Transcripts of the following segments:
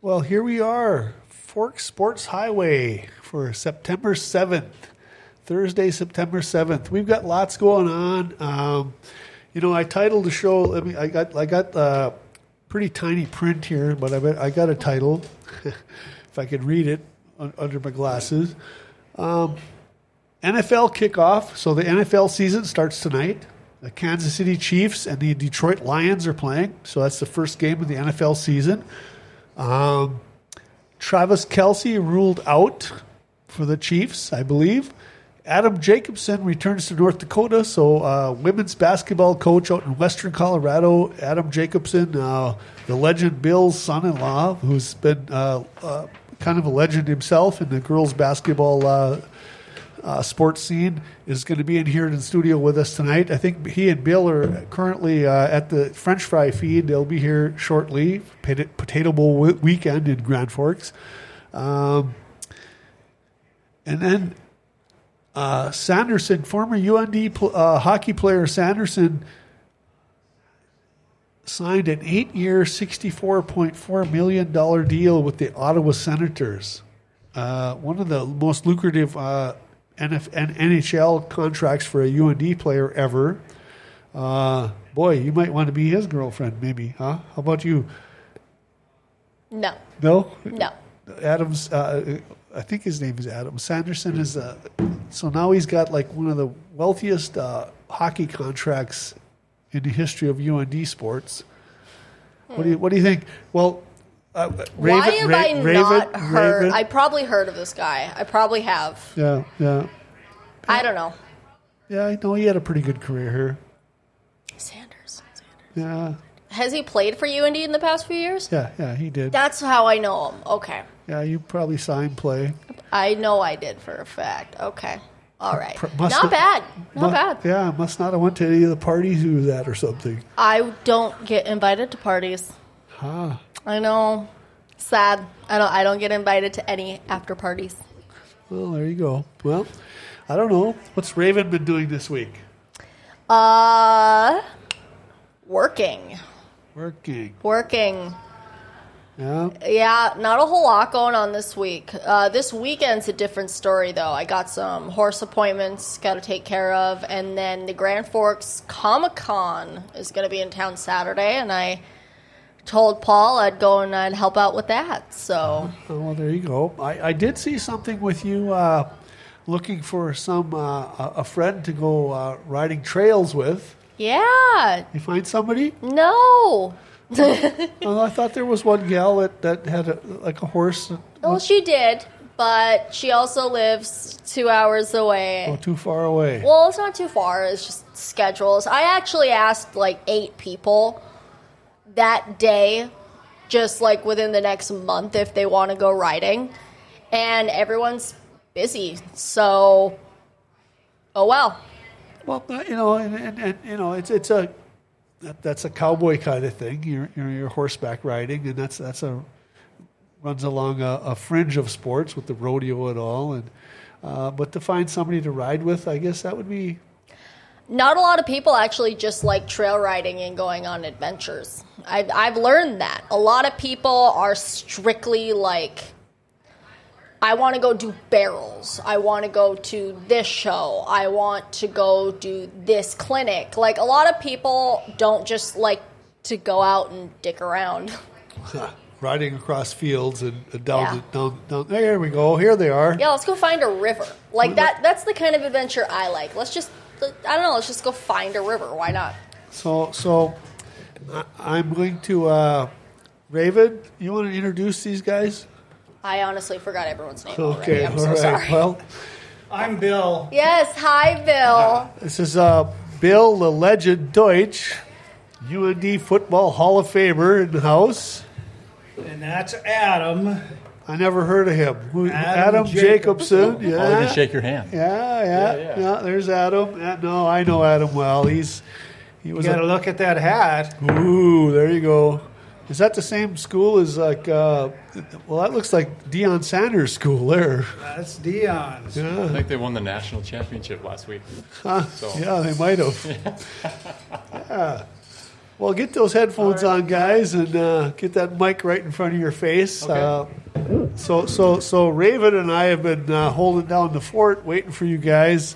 Well, here we are, Fork Sports Highway for September 7th, Thursday, September 7th. We've got lots going on. Um, you know, I titled the show, let me, I got, I got uh, pretty tiny print here, but I, bet I got a title, if I could read it un- under my glasses. Um, NFL kickoff. So the NFL season starts tonight. The Kansas City Chiefs and the Detroit Lions are playing. So that's the first game of the NFL season. Um, Travis Kelsey ruled out for the Chiefs, I believe. Adam Jacobson returns to North Dakota. So, uh, women's basketball coach out in Western Colorado, Adam Jacobson, uh, the legend Bill's son in law, who's been uh, uh, kind of a legend himself in the girls' basketball uh, uh, sports scene is going to be in here in the studio with us tonight. I think he and Bill are currently uh, at the French fry feed. They'll be here shortly. Pot- Potato Bowl w- weekend in Grand Forks, um, and then uh, Sanderson, former UND pl- uh, hockey player Sanderson, signed an eight-year, sixty-four point four million dollar deal with the Ottawa Senators uh, one of the most lucrative uh, NF- N- NHL contracts for a UND player ever. Uh, boy, you might want to be his girlfriend, maybe, huh? How about you? No, No, no. Adams. Uh, I think his name is Adam Sanderson. Is uh, so now he's got like one of the wealthiest uh, hockey contracts in the history of UND sports. What do you What do you think? Well, uh, Raven, Hmm. Why have Ra- I not Raven- heard? Raven- I probably heard of this guy. I probably have. yeah, yeah. I don't know. Yeah, I know he had a pretty good career here. Sanders. Sanders. Yeah, Has he played for UND in the past few years? yeah, yeah, he did. That's how I know him. Okay. Yeah, you probably saw him play. I know I did for a fact. Okay. All right. Pr- Not must have- bad. Not Mu- bad. Yeah, must not have went to any of the parties he was at or something. I don't get invited to parties. Ah, I know. Sad. I don't. I don't get invited to any after parties. well, there you go. Well, I don't know. What's Raven been doing this week? Uh, working, Working. working. Yeah, Yeah, not a whole lot going on this week. Uh, this weekend's a different story, though. I got some horse appointments got to take care of, and then the Grand Forks Comic Con is going to be in town Saturday, and I told Paul I'd go and I'd help out with that. So Oh, well, there you go. I, I did see something with you uh, looking for some uh, a- a friend to go uh, riding trails with. yeah, You find somebody? no, well, I thought there was one gal that, that had a, like a horse. that- well she did, but she also lives two hours away. Oh, too far away. Well, it's not too far. It's just schedules. I actually asked like eight people that day, just like within the next month, if they want to go riding, and everyone's busy. So, oh well. Well, but, you know, and, and, and you know, it's it's a that, that's a cowboy kind of thing. You're, you're you're horseback riding, and that's that's a runs along a, a fringe of sports with the rodeo and all. And uh, but to find somebody to ride with, I guess that would be Not a lot of people actually just like trail riding and going on adventures. I've, I've learned that. A lot of people are strictly like, I want to go do barrels. I want to go to this show. I want to go do this clinic. Like, a lot of people don't just like to go out and dick around. riding across fields and and down Yeah. the, down down. There we go. Here they are. Yeah, let's go find a river. Like, that. that's the kind of adventure I like. Let's just, I don't know, let's just go find a river. Why not? So so I, I'm going to uh, Raven. You want to introduce these guys? I honestly forgot everyone's name. Okay, already. I'm all so right. sorry. Well. I'm Bill. Yes, hi, Bill. This is uh, Bill the Legend Deutsch, UND Football Hall of Famer in the house. And that's Adam. I never heard of him. Who- Adam, Adam Jacobson. Yeah. Oh, they can shake your hand. yeah, yeah, yeah, Yeah, yeah. There's Adam. Yeah, no, I know Adam well. He's he You was. got to A, look at that hat. ooh, there you go. Is that the same school as like? Uh, well, that looks like Dion Sanders' school there. That's Dion's. I think they won the national championship last week. So Yeah, they might have. yeah. Well, get those headphones on, guys, and uh, get that mic right in front of your face. Uh, so, so, so Raven and I have been uh, holding down the fort, waiting for you guys.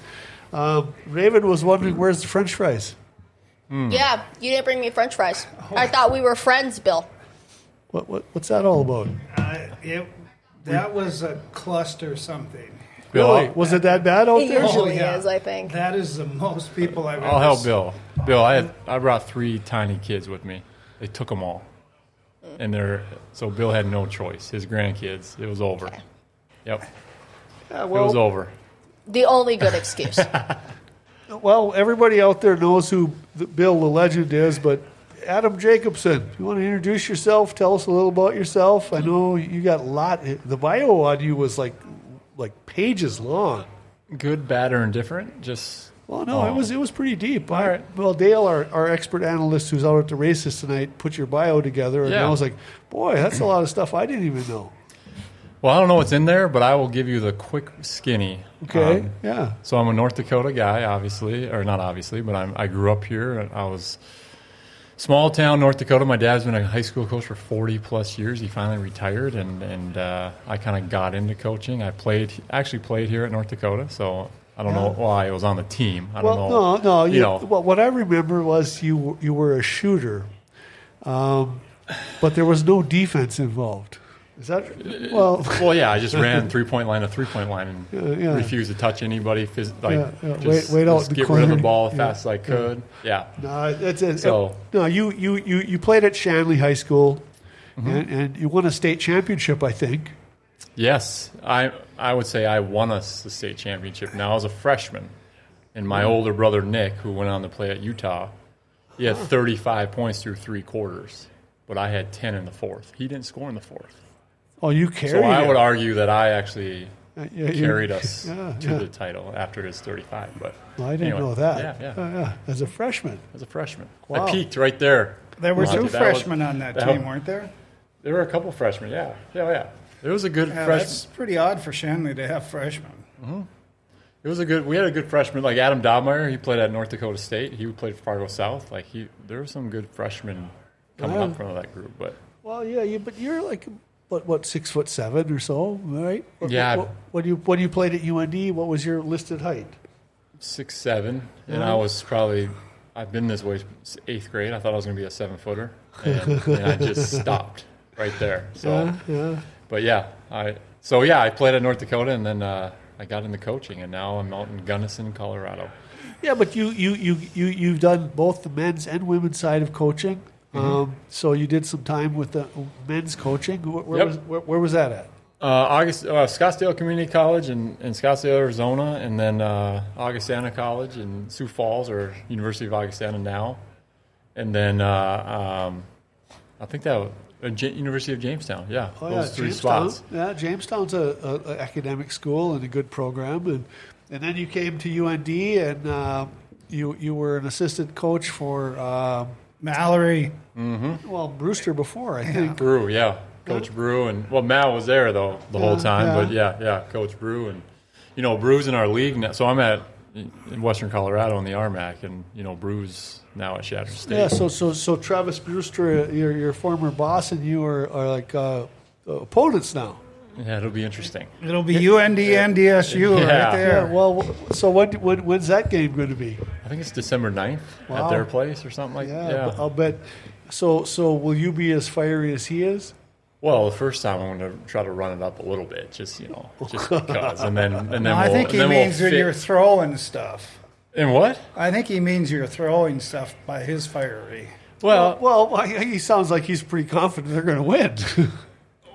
Um, Raven was wondering, where's the French fries? Yeah, you didn't bring me French fries. I thought we were friends, Bill. What, what, what's that all about? Uh, it, that was a cluster something. Oh, Bill, Really? I'll, was it that bad out It there? usually is, I think. That is the most people I've I'll ever help seen. Bill. Bill, I had, I brought three tiny kids with me. They took them all, and they're so Bill had no choice. His grandkids, it was over. Yep, Yeah, it was well, over. The only good excuse. well, everybody out there knows who the, Bill the legend is, but Adam Jacobson, you want to introduce yourself? Tell us a little about yourself. I know you got a lot. The bio on you was like like pages long. Good, bad, or indifferent? Just Well, no, it Oh. was it was pretty deep. All I- right. Well, Dale, our, our expert analyst who's out at the races tonight, put your bio together, and Yeah. I was like, boy, that's a lot of stuff I didn't even know. well, I don't know what's in there, but I will give you the quick skinny. Okay, Um, yeah. So I'm a North Dakota guy, obviously, or not obviously, but I'm, I grew up here. And I was small town North Dakota. My dad's been a high school coach for 40 plus years. He finally retired, and and uh, I kind of got into coaching. I played, actually played here at North Dakota. So I don't know why I was on the team. I Well, don't know. no, no. you, You, know, what, what I remember was you you were a shooter, um, but there was no defense involved. Is that well? well, yeah, I just ran three point line to three point line and Yeah, yeah. refused to touch anybody. Phys- like, Yeah, yeah. just, Wait- wait out just the get rid of the corner. ball as Yeah, fast as I could. yeah. No, that's it. So- no, you you you you played at Shanley High School, Mm-hmm. and, and you won a state championship, I think. Yes, I I would say I won us the state championship. Now as a freshman, and my Mm. older brother Nick, who went on to play at Utah, he had 35 points through three quarters, but I had 10 in the fourth. He didn't score in the fourth, Oh, you carried. so I it. would argue that I actually Uh, yeah, you- carried us yeah, to yeah. the title after his 35. But Well, I didn't anyway, know that. Yeah, yeah, Oh, yeah. As a freshman. as a freshman, Wow. I peaked right there. There were Wow. two That was- freshmen on that, that team, was- weren't there? There were a couple freshmen. Yeah, yeah, yeah. There was a good Yeah, freshman. That's pretty odd for Shanley to have freshmen. It was a good. We had a good freshman like Adam Dobmeyer. He played at North Dakota State. He played for Fargo South. Like he, there were some good freshmen coming Wow. up from that group. But Well, yeah, you, but you're like what what six foot seven or so, right? What, Yeah. What, when you when you played at UND, what was your listed height? six seven, and I was probably. I've been this way since eighth grade. I thought I was going to be a seven footer, and, and I just stopped right there. So, yeah. but yeah, I so yeah, I played at North Dakota, and then uh, I got into coaching, and now I'm out in Gunnison, Colorado. Yeah, but you you you you you've done both the men's and women's side of coaching. Mm-hmm. Um, so you did some time with the men's coaching. Where, where Yep. was where, where was that at? Uh, August uh, Scottsdale Community College in, in Scottsdale, Arizona, and then uh, Augustana College in Sioux Falls or University of Augustana now, and then uh, um, I think that was, uh, J- University of Jamestown. Yeah, Oh, those yeah, three Jamestown. spots. Yeah, Jamestown's a, a, a academic school and a good program, and and then you came to UND and uh, you you were an assistant coach for um, Mallory. well Brewster before I think. Brew, yeah, Coach Brew, and well, Matt was there though the whole Yeah, time, yeah. but yeah, yeah, Coach Brew, and you know, Brew's in our league now. So I'm at in Western Colorado in the Armac, and you know, Brew's now at Shatter State. Yeah, so so so Travis Brewster, uh, your your former boss, and you are are like uh, opponents now. yeah, it'll be interesting. It'll be UND and DSU Yeah. right Yeah. there. Well, so when, when when's that game going to be? I think it's December 9th Wow. at their place or something like Yeah, uh, that. Yeah. I'll bet. So so will you be as fiery as he is? Well, the first time I'm going to try to run it up a little bit, just you know, just because, and then and then No, we'll, I think he and then means we'll when you're fit- throwing stuff. in what? I think he means you're throwing stuff by his fiery. Well, Well, I- he sounds like he's pretty confident they're going to win.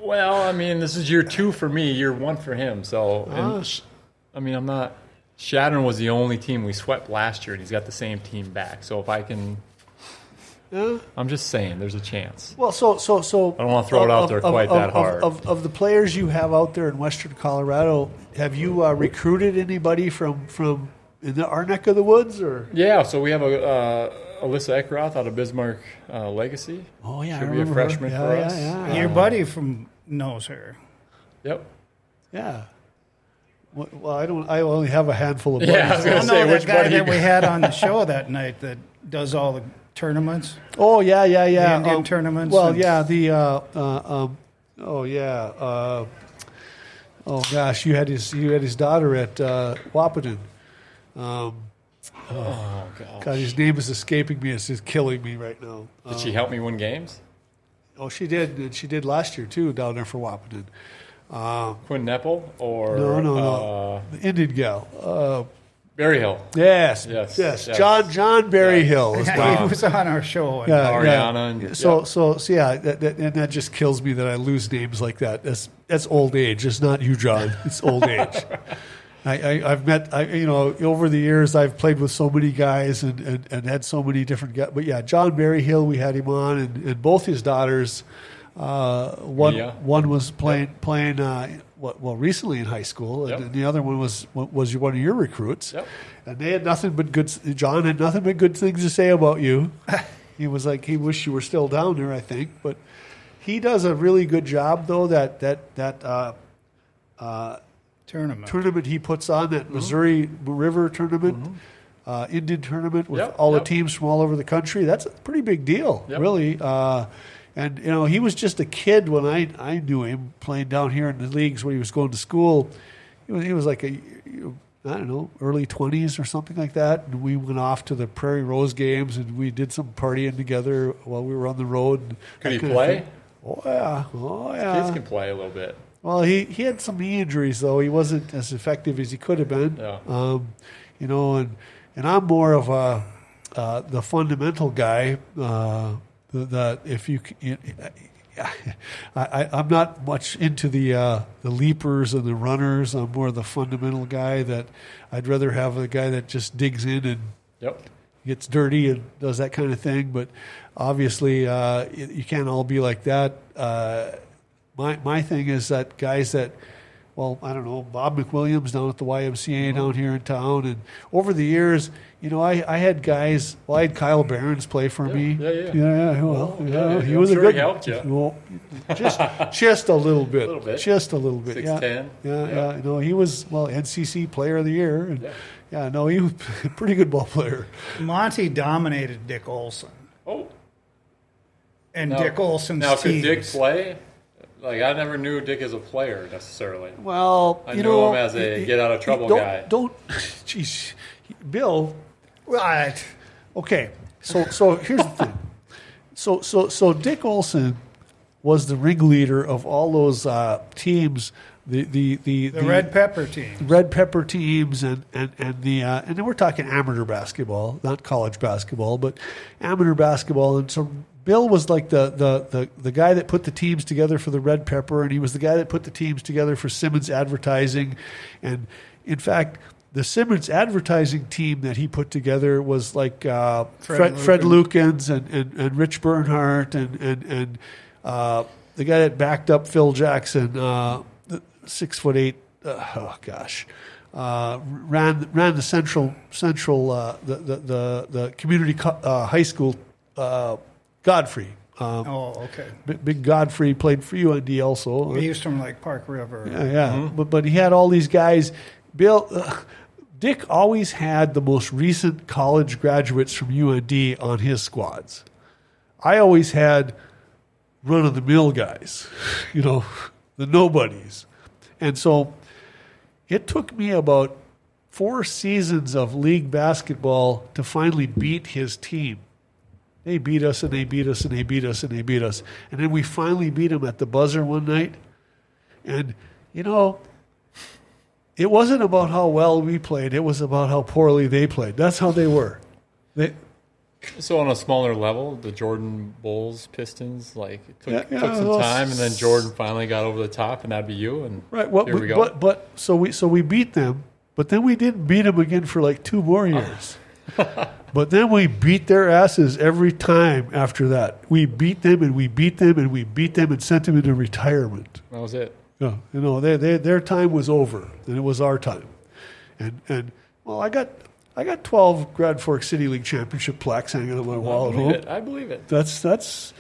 well, I mean, this is year two for me, year one for him. So, and sh- Ah. I mean, I'm not. Shadron was the only team we swept last year, and he's got the same team back. So if I can, I'm just saying, there's a chance. well, so so so. I don't wanna throw it out there quite that hard. Of, of, of the players you have out there in Western Colorado, have you uh, recruited anybody from from in the, our neck of the woods or? Yeah, so we have a uh, Alyssa Eckroth out of Bismarck uh, Legacy. Oh yeah, Should I be a remember her. freshman Yeah, for yeah, us. yeah. Your buddy from knows her. Yep. Yeah. Well, well, I don't. I only have a handful of buddies. Yeah, I was I going to know say that which guy buddy. that we had on the show that night that does all the tournaments. Oh yeah, yeah, yeah. Um, The Indian tournaments Well, and- yeah. The uh, uh, um, oh yeah. Uh, oh gosh, you had his you had his daughter at uh, Wapaton. Um, Oh god. God, his name is escaping me. It's just killing me right now. Uh, Did she help me win games? Oh, she did, and she did last year too down there for Wapaton. Quinn Nepple or No, no, uh, no. The Indian gal. Uh, Barry Hill? yes, Yes, yes, yes. John John Berryhill is the Yeah, he was on our show. and- Yeah, Ariana yeah. and- so yeah. so so yeah, that, that, and that just kills me that I lose names like that. That's that's old age. It's not you, John. It's old age. I, I, I've met, I, you know, over the years, I've played with so many guys and, and, and had so many different guys. But yeah, John Berryhill, we had him on, and, and both his daughters. Uh, one Yeah. one was playing playing uh, what, well recently in high school, and, Yep. the other one was was one of your recruits. Yep. And they had nothing but good. John had nothing but good things to say about you. he was like, he wished you were still down there, I think. But he does a really good job, though. That that that uh, Tournament. tournament he puts on, that Mm-hmm. Missouri River tournament, uh, Indian tournament with Yep, all yep. the teams from all over the country. That's a pretty big deal, Yep. really. Uh, and you know, he was just a kid when I I knew him playing down here in the leagues when he was going to school. He was, he was like a you know, I don't know early twenties or something like that. And we went off to the Prairie Rose games and we did some partying together while we were on the road. and that Could he kind of play? thing. Oh yeah, oh yeah. Kids can play a little bit. Well, he, he had some knee injuries though. He wasn't as effective as he could have been. Yeah. Um, you know, and and I'm more of a uh, the fundamental guy. Uh, the, the if you, c- you I, I, I'm not much into the uh, the leapers and the runners. I'm more of the fundamental guy that I'd rather have a guy that just digs in and Yep. gets dirty and does that kind of thing. But obviously, uh, you, you can't all be like that. Uh, my my thing is that guys that, well, I don't know, Bob McWilliams down at the YMCA Mm-hmm. down here in town, and over the years, you know, I, I had guys. Well, I had Kyle Barons play for me. yeah, yeah. yeah. Well, Oh, yeah, yeah, he I'm was sure a he good. helped you. Well, just just a little bit, Little bit. just a little bit. yeah. 6'10". Yeah, Yeah. yeah, No, he was well NCC Player of the Year, and Yeah. yeah, no, he was a pretty good ball player. Monty dominated Dick Olson Oh. and now- Dick Olson's Now could teams. Dick play? Like I never knew Dick as a player necessarily. Well, I you know know, him as a y- get out of y- trouble don't, guy. Don't, jeez, Bill. Well, I- Okay, so so here's the thing. So so so Dick Olson was the ringleader of all those uh, teams. The the the, the Red Pepper team. red pepper teams and and and the uh, and then we're talking amateur basketball, not college basketball, but amateur basketball. And so Bill was like the the the, the guy that put the teams together for the red pepper, and he was the guy that put the teams together for Simmons Advertising, and in fact. The Simmons advertising team that he put together was like uh, Fred, Fred Fred Lukens and, and, and Rich Bernhardt and and, and uh, the guy that backed up Phil Jackson, uh, the six foot eight. Uh, oh gosh, uh, ran ran the central central uh, the, the the the community co- uh, high school. Uh, Godfrey, um, Oh, okay. B- Big Godfrey played for UND also. He was from like Park River. Yeah, yeah. But but he had all these guys. Bill, uh, Dick always had the most recent college graduates from UND on his squads. I always had run of the mill guys, you know, the nobodies, and so it took me about four seasons of league basketball to finally beat his team. They beat us and they beat us and they beat us and they beat us. And then we finally beat them at the buzzer one night. And, you know, it wasn't about how well we played, it was about how poorly they played. That's how they were. They, So on a smaller level, the Jordan Bulls Pistons like it took, Yeah, yeah, took some well, time, and then Jordan finally got over the top, and that'd be you. And right. What, here we go. But, but so, we, so we beat them, but then we didn't beat them again for like two more years. but then we beat their asses every time after that. We beat them and we beat them and we beat them and sent them into retirement. that was it. No, you know, they, they, their time was over, and it was our time. And and well, I got I got twelve Grand Forks City League championship plaques hanging on my wall I at believe home. it. I believe it. That's that's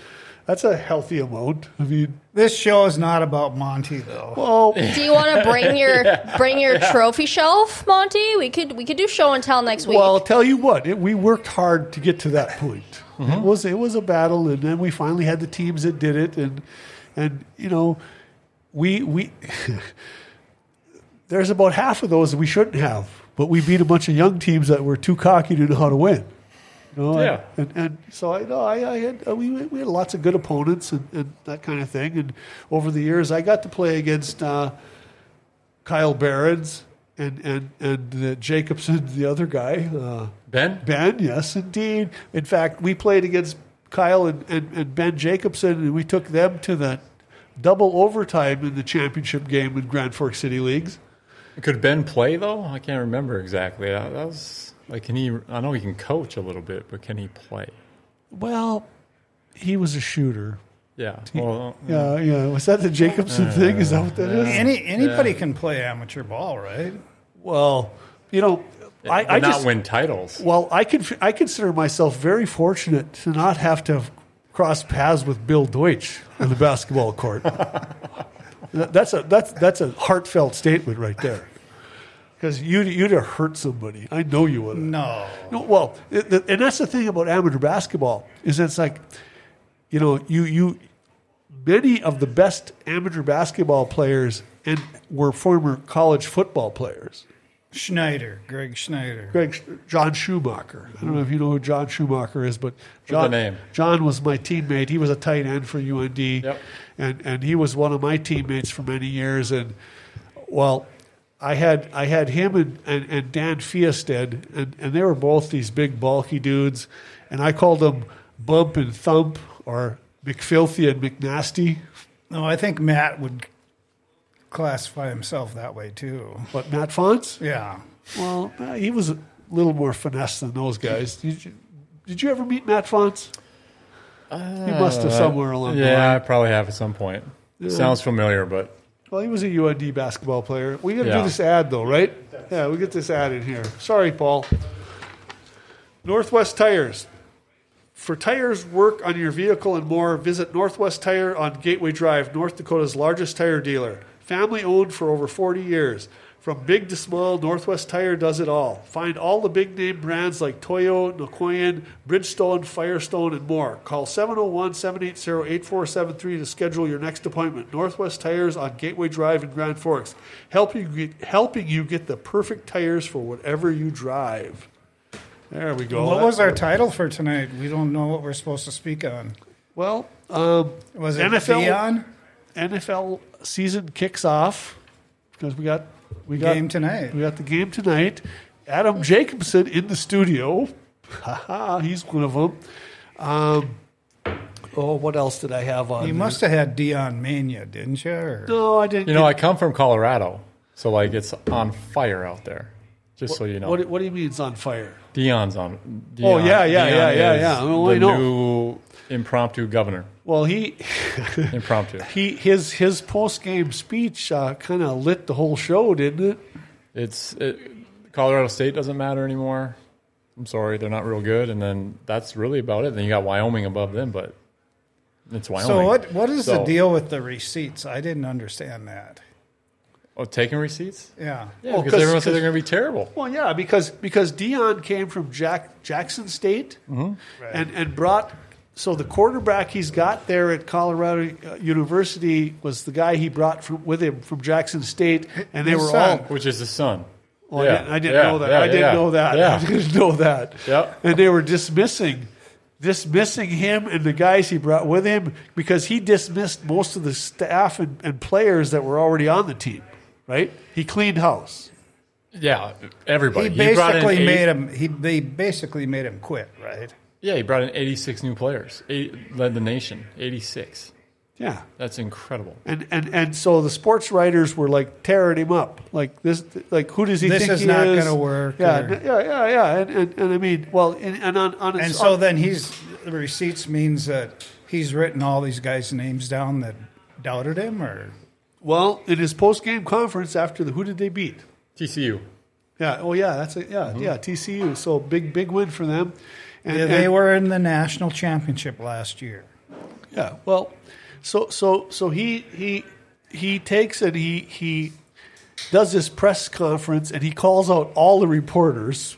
That's a healthy amount. I mean, This show is not about Monty, though. oh, Do you want to bring your bring your trophy shelf, Monty? We could we could do show and tell next week. well, I'll tell you what. It, we worked hard to get to that point. It was it was a battle, and then we finally had the teams that did it, and and you know, we we there's about half of those that we shouldn't have, but we beat a bunch of young teams that were too cocky to know how to win. You know, Yeah. and, and, and so I know I, I had uh, we we had lots of good opponents and, and that kind of thing. And over the years, I got to play against uh, Kyle Barons and and and uh, Jacobson, the other guy, uh, Ben? Ben. Yes, indeed. In fact, we played against Kyle and, and, and Ben Jacobson, and we took them to the double overtime in the championship game in Grand Forks City Leagues. Could Ben play though? I can't remember exactly. That, that was like, can he? I know he can coach a little bit, but can he play? Well, he was a shooter. Uh, Yeah. Well, uh, Yeah, yeah. Was that the Jacobson thing? Is that what that is? Any anybody can play amateur ball, right? Well, you know, I, I, I not just win titles. well, I can I consider myself very fortunate to not have to cross paths with Bill Deutsch on the basketball court. that's a that's that's a heartfelt statement right there. Because you'd you'd have hurt somebody. I know you would. have. No. No, well, th- th- and that's the thing about amateur basketball is it's like, you know, you you many of the best amateur basketball players and were former college football players. Schneider, Greg Schneider. Greg, John Schumacher. I don't know if you know who John Schumacher is, but John, name? John was my teammate. He was a tight end for UND, and and he was one of my teammates for many years. And well, I had I had him and and, and Dan Fiested, and and they were both these big bulky dudes, and I called them Bump and Thump or McFilthy and McNasty. No, I think Matt would classify himself that way too. But Matt Fonts, Yeah. well, uh, he was a little more finesse than those guys. Did you, did you ever meet Matt Fonts? he must have somewhere along the line. Yeah, I probably have at some point. Sounds familiar, but Well, he was a UND basketball player. We got to Yeah. do this ad, though, right? Yeah, we get this ad in here. Sorry, Paul. Northwest Tires. For tires, work on your vehicle, and more, visit Northwest Tire on Gateway Drive, North Dakota's largest tire dealer. Family owned for over 40 years. From big to small, Northwest Tire does it all. Find all the big name brands like Toyo, Nokoyan, Bridgestone, Firestone, and more. Call 701 780 8473 to schedule your next appointment. Northwest Tires on Gateway Drive in Grand Forks, help you get, helping you get the perfect tires for whatever you drive. There we go. what was our title for tonight? We don't know what we're supposed to speak on. Well, um, Uh, Was it NFL Dion? NFL season kicks off because we got we got Game tonight. We got the game tonight. Adam Jacobson in the studio. Haha, he's one of them. Um, oh, what else did I have on? You there? must have had Dion Mania, didn't you? Or- No, I didn't. you know, I come from Colorado, so like it's on fire out there. Just so you know, what, what do you mean it's on fire? Dion's on. Oh, Dion- yeah, yeah, Dion yeah, yeah, is yeah. Oh, I the know. new impromptu governor. Well, he Impromptu. he his his post game speech uh, kind of lit the whole show, didn't it? it's it, Colorado State doesn't matter anymore. I'm sorry, they're not real good, and then that's really about it. Then you got Wyoming above them, but it's Wyoming. So what what is the So- deal with the receipts? I didn't understand that. Oh, taking receipts? Yeah. Yeah, Well, because 'cause- everyone said 'cause- they're going to be terrible. Well, yeah, because because Dion came from Jack Jackson State, Mm-hmm. and and brought so the quarterback he's got there at Colorado uh, University was the guy he brought from, with him from Jackson State, and they His were son. all. Which is the sun. Well, I Yeah, didn't, I didn't yeah, know that. yeah, I didn't yeah, know that. yeah. I didn't know that. Yep. And they were dismissing, dismissing him and the guys he brought with him because he dismissed most of the staff and, and players that were already on the team. Right? He cleaned house. Yeah, He everybody. brought in basically eight- made him he they basically made him quit, right? Yeah, he brought in 86 new players. Eight, led the nation. 86. Yeah. That's incredible. And, and and so the sports writers were like tearing him up, like this, like who does he This think is he not is? gonna work, Yeah, or- yeah, yeah, yeah. And, and, and I mean, well, and, and on on And its- so then he's the receipts means that he's written all these guys' names down that doubted him or well, in his post game conference after the who did they beat? TCU. Yeah, oh yeah, that's it. Yeah, yeah, TCU. So big big win for them. And, Mm-hmm. they and- were in the national championship last year. Yeah. Well, so so so he he he takes and he he does this press conference and he calls out all the reporters,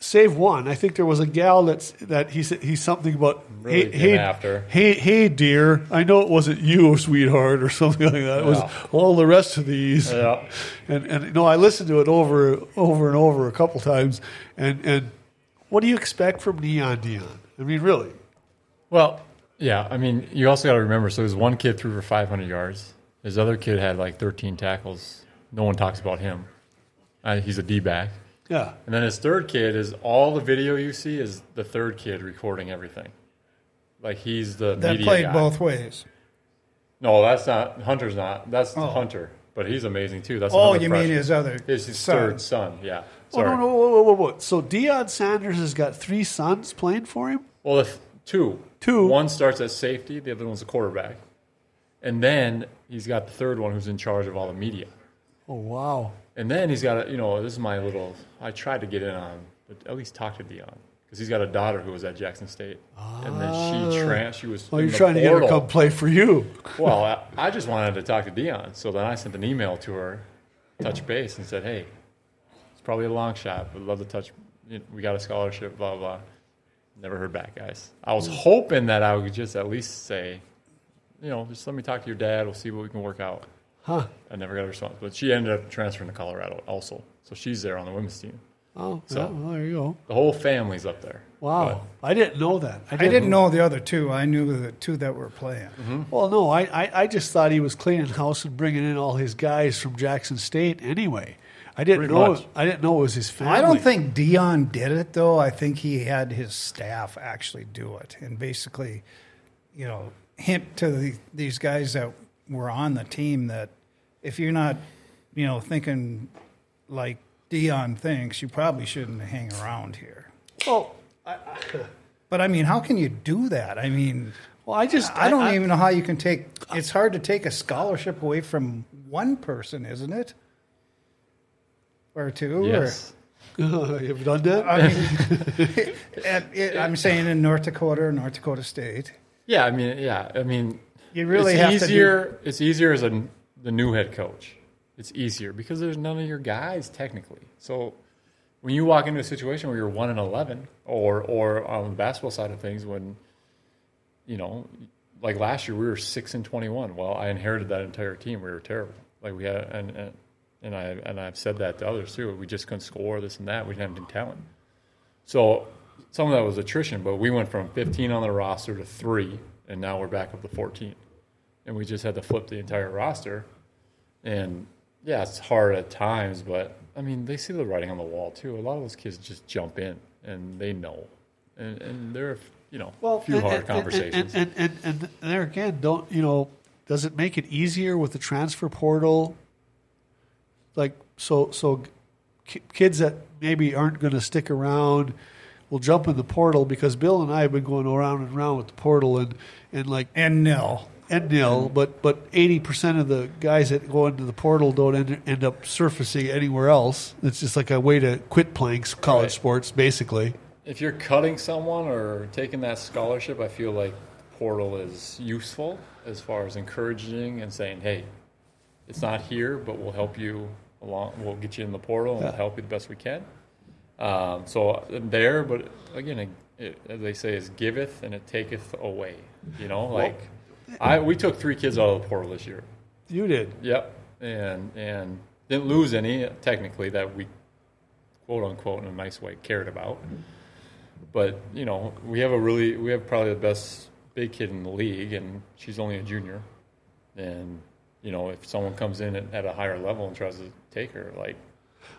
save one. I think there was a gal that's that he said he's something about hey Really getting hey, after. hey hey dear, I know it wasn't you, sweetheart, or something like that. It was Yeah. all the rest of these. Yeah. And and no, I listened to it over over and over a couple times. And and what do you expect from Neon Dion? I mean, really. Well, yeah. I mean, you also got to remember. So there's one kid threw for 500 yards. His other kid had like 13 tackles. No one talks about him. Uh, he's a D back. Yeah. And then his third kid is all the video you see is the third kid recording everything. Like he's the That media played guy. both ways. No, that's not Hunter's not. That's Oh. Hunter, but he's amazing too. That's Oh, another you mean freshman. his other It's his son. third son? Yeah. Oh, Sorry. no, no, whoa, whoa, whoa, whoa. So Deion Sanders has got three sons playing for him? Well, the th- two. Two. One starts at safety. The other one's a quarterback, and then he's got the third one who's in charge of all the media. Oh, wow. And then he's got a, you know, this is my little, I tried to get in on, but at least talk to Dion. Because he's got a daughter who was at Jackson State. And then she tra- she was. Oh, in you're the trying to get her to portal. come play for you. Well, I, I just wanted to talk to Dion. So then I sent an email to her, touch base, and said, hey, it's probably a long shot. We'd love to touch. you know, We got a scholarship, blah, blah. Never heard back, guys. I was hoping that I would just at least say, you know, just let me talk to your dad. We'll see what we can work out. Huh. I never got a response. But she ended up transferring to Colorado also. So she's there on the women's team. Oh, So- yeah, well, there you go. The whole family's up there. Wow. I didn't know that. I didn't know the other two. I knew the two that were playing. Mm-hmm. Well, no, I, I, I just thought he was cleaning house and bringing in all his guys from Jackson State anyway. I didn't Pretty know. much. I didn't know it was his family. I don't think Dion did it though. I think he had his staff actually do it and basically, you know, hint to the, these guys that were on the team that if you're not, you know, thinking like Dion thinks, you probably shouldn't hang around here. Well, But I mean, how can you do that? I mean, well, I just I don't even know how you can take. It's hard to take a scholarship away from one person, isn't it? Or two, or Yes. You've done that. I mean, at, it, I'm saying in North Dakota or North Dakota State. Yeah, I mean, yeah, I mean, You really have to do- it's easier. It's easier as a the new head coach. It's easier because there's none of your guys technically. So when you walk into a situation where you're one and eleven, or or on the basketball side of things, when you know, like last year we were six and twenty one. Well, I inherited that entire team. We were terrible. Like we had, and, and and I and I've said that to others too. We just couldn't score this and that. We didn't have any talent. So some of that was attrition, but we went from 15 on the roster to three, and now we're back up to 14. And we just had to flip the entire roster. And yeah, it's hard at times, but I mean, they see the writing on the wall too. A lot of those kids just jump in and they know. And, and they're, you know, a few hard conversations. And and, and and there again, don't you know? Does it make it easier with the transfer portal? Like so, so ki- kids that maybe aren't going to stick around will jump in the portal because Bill and I have been going around and around with the portal and and like And nil. and nil, but but eighty percent of the guys that go into the portal don't end, end up surfacing anywhere else. It's just like a way to quit playing s- college Right. sports, basically. if you're cutting someone or taking that scholarship, I feel like Portal is useful as far as encouraging and saying, "Hey, it's not here, but we'll help you along. We'll get you in the portal and we'll help you the best we can." Um, so there, but again, it, it, as they say, is giveth and it taketh away. You know, like I we took three kids out of the portal this year. You did. Yep, and and didn't lose any technically that we quote unquote in a nice way cared about. But you know, we have a really we have probably the best big kid in the league, and she's only a junior. And you know, if someone comes in at, at a higher level and tries to take her, like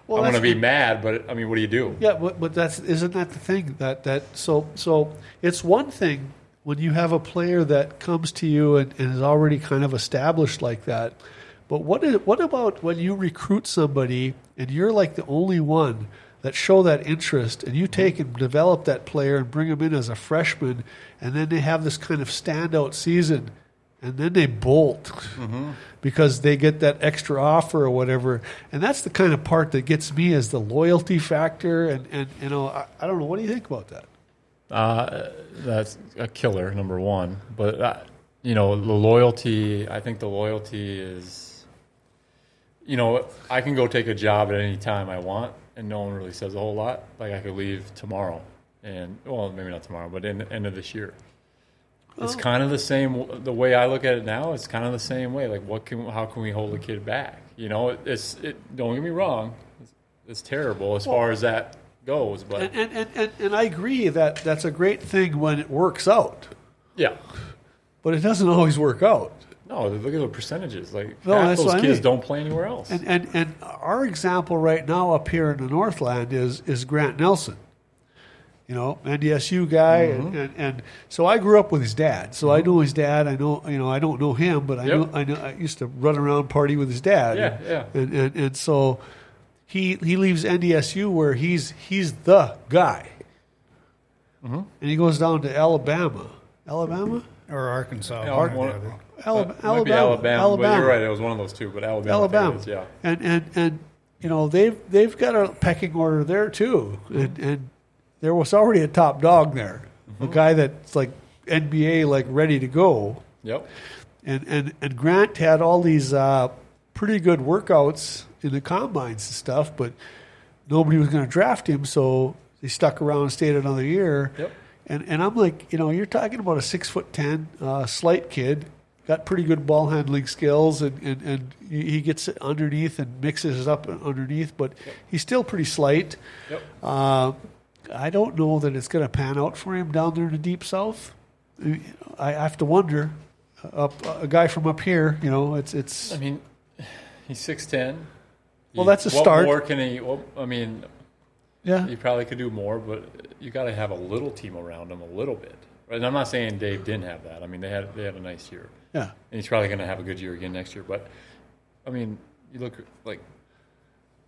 Well, I'm that's going to the- be mad. But I mean, what do you do? Yeah, but, but that's isn't that the thing that that so so it's one thing when you have a player that comes to you and, and is already kind of established like that. But what is, what about when you recruit somebody and you're like the only one that show that interest and you take and develop that player and bring them in as a freshman and then they have this kind of standout season and then they bolt Mm-hmm. because they get that extra offer or whatever. And that's the kind of part that gets me is the loyalty factor. And, and you know, I, I don't know. What do you think about that? Uh, that's a killer, number one. But uh, you know, the loyalty. I think the loyalty is. You know, I can go take a job at any time I want, and no one really says a whole lot. Like I could leave tomorrow, and well, maybe not tomorrow, but in end of this year. It's kind of the same. The way I look at it now, it's kind of the same way. Like, what can, how can we hold a kid back? You know, it, it's. It, don't get me wrong, it's, it's terrible as far as that goes. But And, and, and, and, and I agree that that's a great thing when it works out, yeah, but it doesn't always work out. No, look at the percentages. Like No, half that's those what I kids mean. don't play anywhere else. And, and, and our example right now up here in the Northland is, is Grant Nelson, you know, NDSU guy. Mm-hmm. And, and, and so I grew up with his dad. So I know his dad. I know, you know, I don't know him, but I, Yep. know, I know I used to run around party with his dad. Yeah, yeah. And, and, and so he, he leaves NDSU where he's, he's the guy. Mm-hmm. And he goes down to Alabama. Alabama? or Arkansas. Yeah, one or one- the other. Alab- It might be Alabama, But Alabama. you're right. It was one of those two. But Alabama. Alabama. Favorites, yeah. And and and you know they've they've got a pecking order there too, and and there was already a top dog there, a guy that's like NBA like ready to go, Yep. and and and Grant had all these uh, pretty good workouts in the combines and stuff, but nobody was going to draft him, so they stuck around and stayed another year. Yep. And and I'm like, you know, you're talking about a six foot ten, uh, slight kid, got pretty good ball handling skills, and and and he he gets it underneath and mixes it up underneath, but he's still pretty slight. Yep. Uh, I don't know that it's going to pan out for him down there in the deep south. I I have to wonder. uh, Up a guy from up here, you know, it's it's I mean, he's six ten. Well, that's a what start. More can he? Well, I mean, yeah. he probably could do more, but you got to have a little team around him a little bit. Right? And I'm not saying Dave didn't have that. I mean, they had they had a nice year, Yeah. and he's probably going to have a good year again next year. But I mean, you look like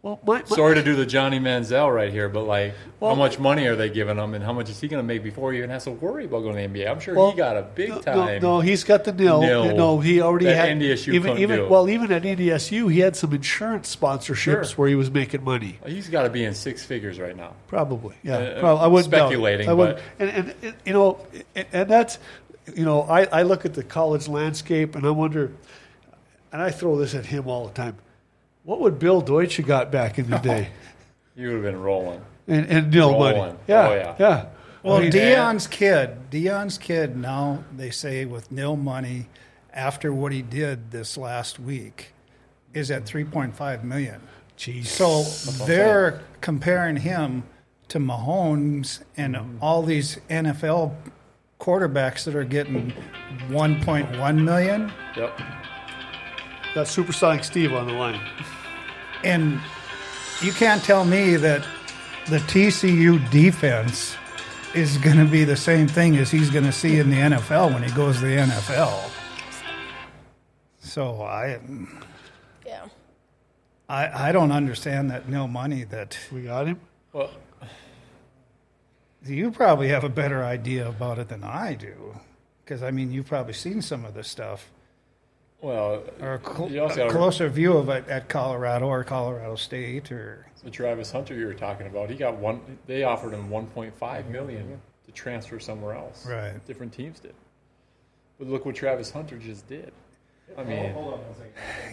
Well, my, my Sorry to do the Johnny Manziel right here, but like, Well- how much money are they giving him, and how much is he going to make before he even has to worry about going to the NBA? I'm sure well, he got a big no, time. No, no, he's got the nil. nil No, he already that had NDSU even couldn't even do. well even at NDSU he had some insurance sponsorships Sure. where he was making money. He's got to be in six figures right now. Probably, yeah. Uh, Probably, I wouldn't doubt it. speculating, I wouldn't. And, and, and you know, and, and that's you know, I, I look at the college landscape and I wonder, and I throw this at him all the time. What would Bill Deutsch have got back in the day? He would have been rolling. And, and nil money. Rolling. Yeah, Oh, yeah. I Well, mean, Dion's kid, Dion's kid. Now they say with nil money, after what he did this last week, is at three point five million. geez. So they're comparing him to Mahomes and all these NFL quarterbacks that are getting one point one million. Yep. got Supersonic Steve on the line. And you can't tell me that the TCU defense is going to be the same thing as he's going to see in the NFL when he goes to the NFL. So I, Yeah. I, I don't understand that no money. That We got him. Well, you probably have a better idea about it than I do, because I mean you've probably seen some of this stuff well, or a, cl- You also a gotta- closer view of it at Colorado or Colorado State or the Travis Hunter you were talking about, he got one. They offered him 1.5 million to transfer somewhere else. Right. Different teams did. But look what Travis Hunter just did. I mean,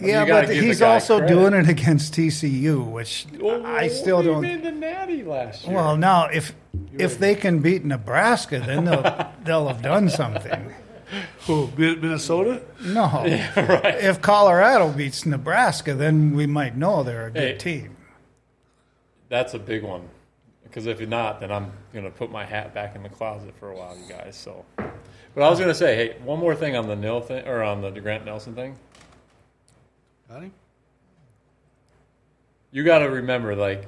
Yeah, You gotta but give the he's guy also credit. doing it against TCU, which well, I still they don't. oh, made the Natty last year. Well, now if if they can beat Nebraska, then they'll they'll have done something. Who? Min- Minnesota? No, if Colorado beats Nebraska, then we might know they're a good Hey. team. That's a big one. Because if you're not, then I'm going to put my hat back in the closet for a while, you guys. So, but I was going to say, hey, one more thing on the Nil thing or on the Grant Nelson thing. Got him. You got to remember, like,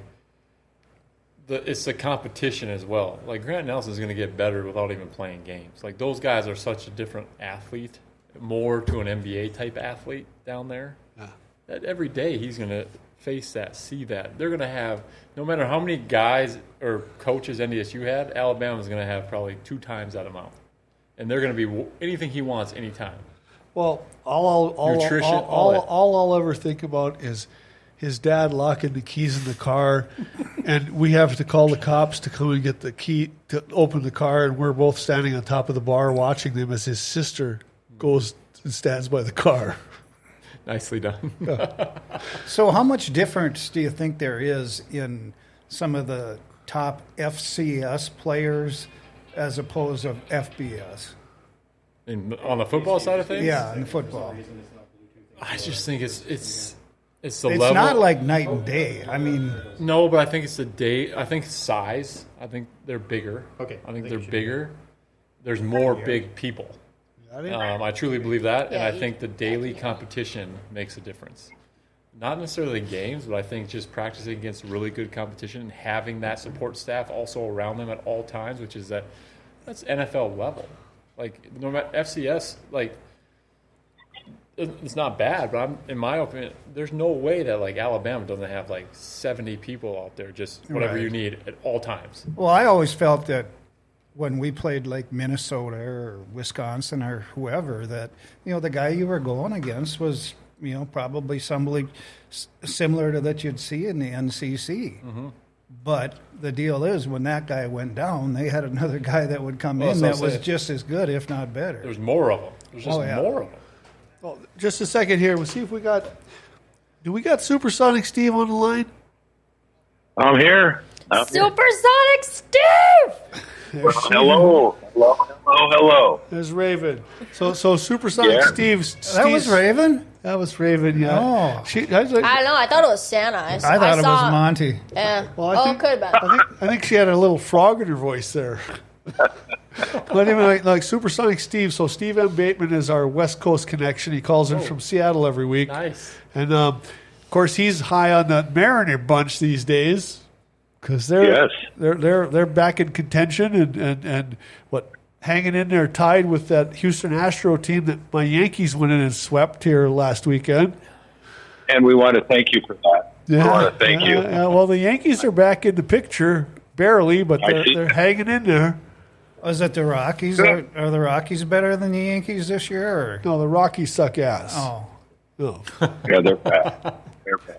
the it's the competition as well. Like Grant Nelson's going to get better without even playing games. Like those guys are such a different athlete, more to an NBA type athlete down there. Yeah. that every day he's going to face that, see that. They're going to have, no matter how many guys or coaches NDSU had, Alabama's going to have probably two times that amount. And they're going to be w- anything he wants anytime. Well, all I'll, all, Nutrition, all, all all, that. all I'll ever think about is his dad locking the keys in the car, and we have to call the cops to come and get the key to open the car, and we're both standing on top of the bar watching them as his sister goes and stands by the car. Nicely done. So, how much difference do you think there is in some of the top FCS players as opposed to FBS? And on the football side of things, Yeah, in football. I just think it's it's it's the It's level. not like night and day. I mean, no, but I think it's the date. I think size. I think they're bigger. Okay. I think I think it they're should be. bigger. There's more big people. Um, I truly believe that, Yeah, and I you- think the daily competition makes a difference. Not necessarily the games, but I think just practicing against really good competition and having that support staff also around them at all times, which is that that's NFL level. Like no matter FCS, like it- it's not bad, but I'm in my opinion, there's no way that like Alabama doesn't have like 70 people out there just whatever Right. you need at all times. well, I always felt that when we played like Minnesota or Wisconsin or whoever, that you know the guy you were going against was you know probably somebody s- similar to that you'd see in the NCC. But the deal is, when that guy went down, they had another guy that would come Well, in so that was say- just as good, if not better. There's more of them. There's just Oh, yeah. more of them. Well, just a second here. We'll see if we got. Do we got Supersonic Steve on the line? I'm here. I'm here. Supersonic Steve! There's, Hello. Hello. Hello. Hello. there's Raven. So, so Supersonic Yeah. Steve's. That was Steve's- Raven. That was Raven. Yeah. Oh. She. I was like, I don't know. I thought it was Santa. I, I thought it was saw, Monty. Yeah. Well, I oh, think- it could have I think, I think she had a little frog in her voice there. but anyway, like, like Supersonic Steve. So Steve M. Bateman is our West Coast connection. He calls Oh. in from Seattle every week, Nice. and um, of course he's high on the Mariner bunch these days because they're Yes. they're they're they're back in contention and and and what hanging in there tied with that Houston Astro team that my Yankees went in and swept here last weekend. And we want to thank you for that. we want to Oh, thank yeah, you. yeah. well, the Yankees are back in the picture, barely, but I they're, see. they're hanging in there. Was it the Rockies? Are, are the Rockies better than the Yankees this year? Or? No, the Rockies suck ass. Oh, No. yeah, they're bad. They're bad.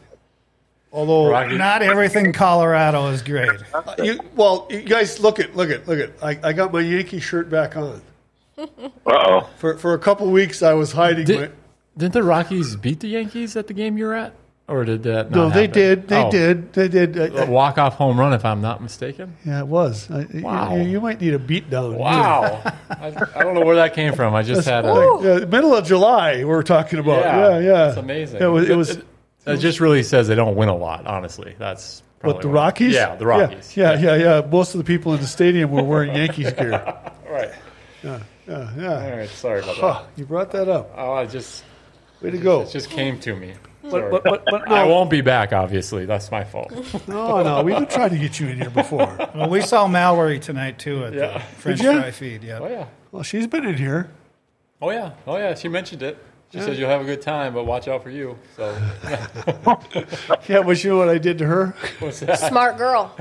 Although, Rocky- not everything Colorado is great. you, well, you guys, look it, look it, look it. I, I got my Yankee shirt back on. Uh oh. For for a couple weeks, I was hiding my. Did, didn't the Rockies beat the Yankees at the game you're at, or did that? Not No, they happen? did. They Oh. Uh, did. They did. I- I- A walk-off home run, if I'm not mistaken. yeah, it was. I, you- Wow. You, you might need a beat down. Wow, I, I don't know where that came from. I just had a Like, yeah, middle of July, we're talking about. Yeah, yeah. It's amazing. It was. It was It, just really says they don't win a lot. Honestly, that's probably What the why. Rockies? Yeah, the Rockies. Yeah, yeah, yeah, yeah. Most of the people in the stadium were wearing Yankees gear. All right. Yeah, yeah. All right. Sorry about that. Huh, you brought that up. Oh, I just Way to go. it just came to me. Sorry. But, but, but I no, won't be back. Obviously, that's my fault. no, no. We've been trying to get you in here before. Well, we saw Mallory tonight too at Yeah. the French Did ya? fry feed. Yeah, Oh yeah. Well, she's been in here. Oh yeah. Oh yeah. She mentioned it. She said you'll have a good time, but watch out for you. So Yeah, but you know what I did to her? been. Smart girl.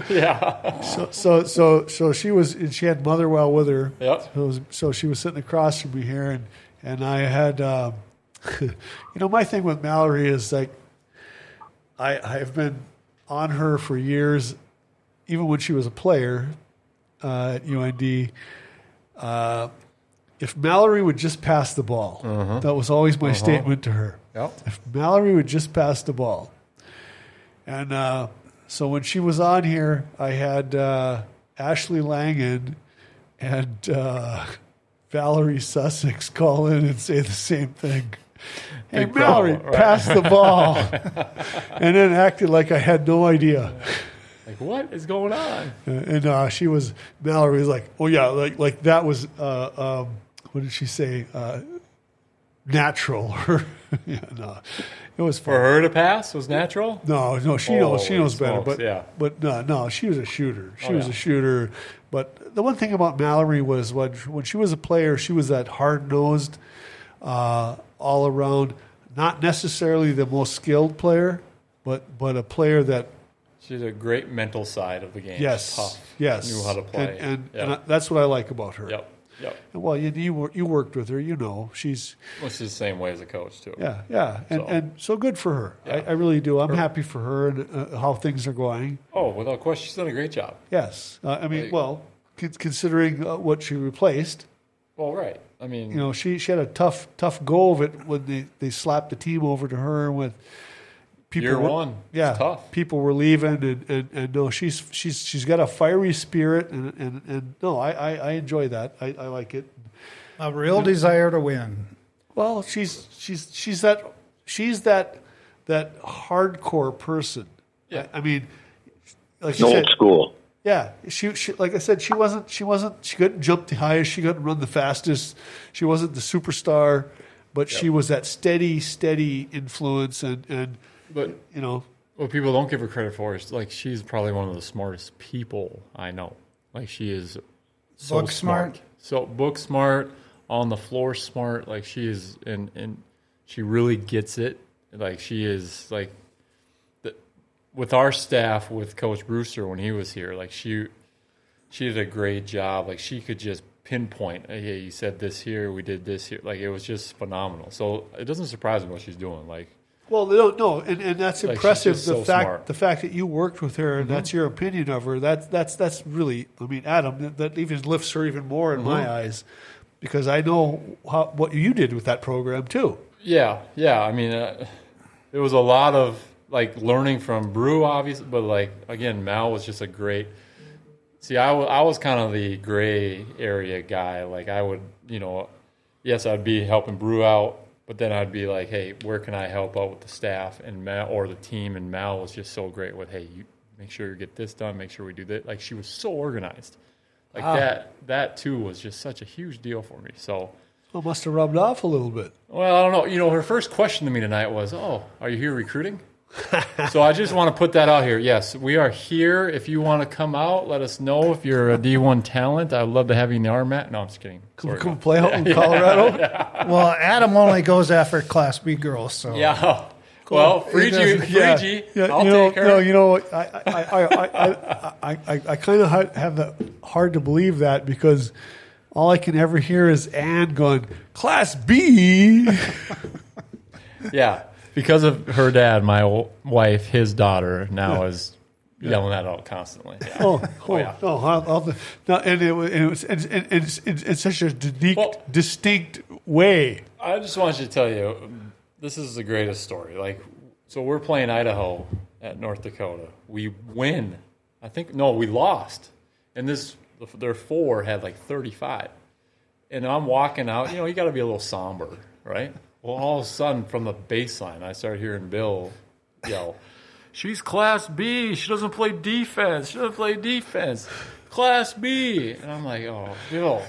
So, so, so, so she was, and she had Motherwell with her. Yep. So, it was, so she was sitting across from me here, and and I had, um, you know, my thing with Mallory is like, I I've been on her for years, even when she was a player uh, at UND. Uh, if Mallory would just pass the ball, that was always my statement to her. Yep. If Mallory would just pass the ball. And uh, so when she was on here, I had uh, Ashley Langen and uh, Valerie Sussex call in and say the same thing. Hey, Big Mallory, problem, right. pass the ball. and then acted like I had no idea. like, what is going on? And uh, she was, Mallory was like, oh, yeah, like, like that was, uh, um, what did she say? Uh, natural. yeah, no, it was fun. For her to pass was natural. No, no, she knows she Holy knows better, smokes, but yeah. but no, no, she was a shooter. She Oh, was yeah. a shooter. But the one thing about Mallory was when when she was a player, she was that hard nosed, uh, all around, not necessarily the most skilled player, but but a player that She had a great mental side of the game. yes, Tough. yes, Knew how to play. and and, Yeah. and I, that's what I like about her. Yep. Yep. Well, you you, wor- you worked with her, you know. She's Well, she's the same way as a coach too. yeah, yeah, and So- and so good for her. I, I really do. I'm happy for her and uh, how things are going. Oh, without question, she's done a great job. Yes, uh, I mean, Like- well, con- considering uh, what she replaced, Well, right. I mean, you know, she she had a tough tough go of it when they they slapped the team over to her with. People Year were- one. It's yeah. tough. People were leaving, and, and, and no, she's she's she's got a fiery spirit, and and, and no, I, I, I enjoy that. I, I like it. A real desire to win. Well, she's she's she's that she's that that hardcore person. Yeah. I, I mean, like It's you said, old school. yeah. She, she like I said, she wasn't she wasn't she couldn't jump the highest, she couldn't run the fastest, she wasn't the superstar, but she was that steady, steady influence, and and but you know, what people don't give her credit for is like she's probably one of the smartest people I know. Like she is so Book smart. So book smart, on the floor smart. Like she is, and and she really gets it. Like she is like the, with our staff with Coach Brewster when he was here. Like she she did a great job. Like she could just pinpoint. Hey, hey, you said this here. We did this here. Like it was just phenomenal. So it doesn't surprise me what she's doing. Like Well, no, no, and, and that's Like, she's impressive. just the so fact smart. Mm-hmm. the fact that you worked with her and that's your opinion of her. That's that's that's really. I mean, Adam, that, that even lifts her even more in Mm-hmm. my eyes because I know how, what you did with that program too. Yeah, yeah. I mean, uh, it was a lot of like learning from Brew, obviously, but like again, Mal was just a great. See, I wa- I was kind of the gray area guy. Like I would, you know, yes, I'd be helping Brew out, but then I'd be like, hey, where can I help out with the staff and Mal or the team? And Mal was just so great with, hey, you make sure you get this done, make sure we do that. Like she was so organized. Like that, that too was just such a huge deal for me. So. Well, must have rubbed off a little bit. Well, I don't know. You know, her first question to me tonight was, "Oh, are you here recruiting?" so I just want to put that out here. Yes, we are here. If you want to come out, let us know. If you're a D1 talent, I'd love to have you in the RMAT. No, I'm just kidding. Come, Sorry. come play out in Colorado. Well, Adam only goes after Class B girls, so Yeah. Well, free G, doesn't- free G. Yeah, I'll you know, take her. No, you know, I I I I I, I, I, I kind of have that hard to believe that because all I can ever hear is Ann going Class B. yeah. Because of her dad, my o- wife, his daughter now is yelling that out constantly. Yeah. Oh, oh, yeah. oh, all- all the- no, and it was, and it was and, and, and it's, it's, it's such a distinct, Well- distinct way. I just wanted to tell you, um, this is the greatest story. Like, so we're playing Idaho at North Dakota. We win. I think no, we lost. And this, their four had like thirty-five. And I'm walking out. You know, you got to be a little somber, right? Well, all of a sudden, from the baseline, I start hearing Bill yell, "She's Class B. She doesn't play defense. She doesn't play defense. Class B." And I'm like, "Oh, Bill."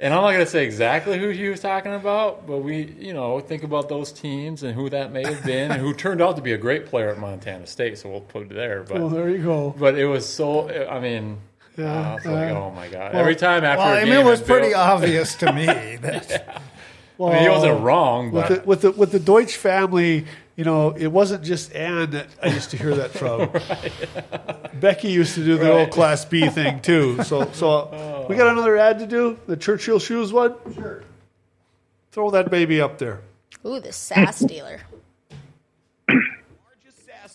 And I'm not going to say exactly who he was talking about, but we, you know, think about those teams and who that may have been, and who turned out to be a great player at Montana State. So we'll put it there. But Well, there you go. but it was so. I mean, I was like, oh my god! Every time after Well, a I game, mean, it was and Bill- pretty obvious to me that I mean, he wasn't wrong, With but the, with the with the Deutsch family, you know, it wasn't just Ann that I used to hear that from. Becky used to do the old Right. Class B thing too. So so we got another ad to do. The Churchill shoes one. Sure. Throw that baby up there. Ooh, the sass dealer. largest SaaS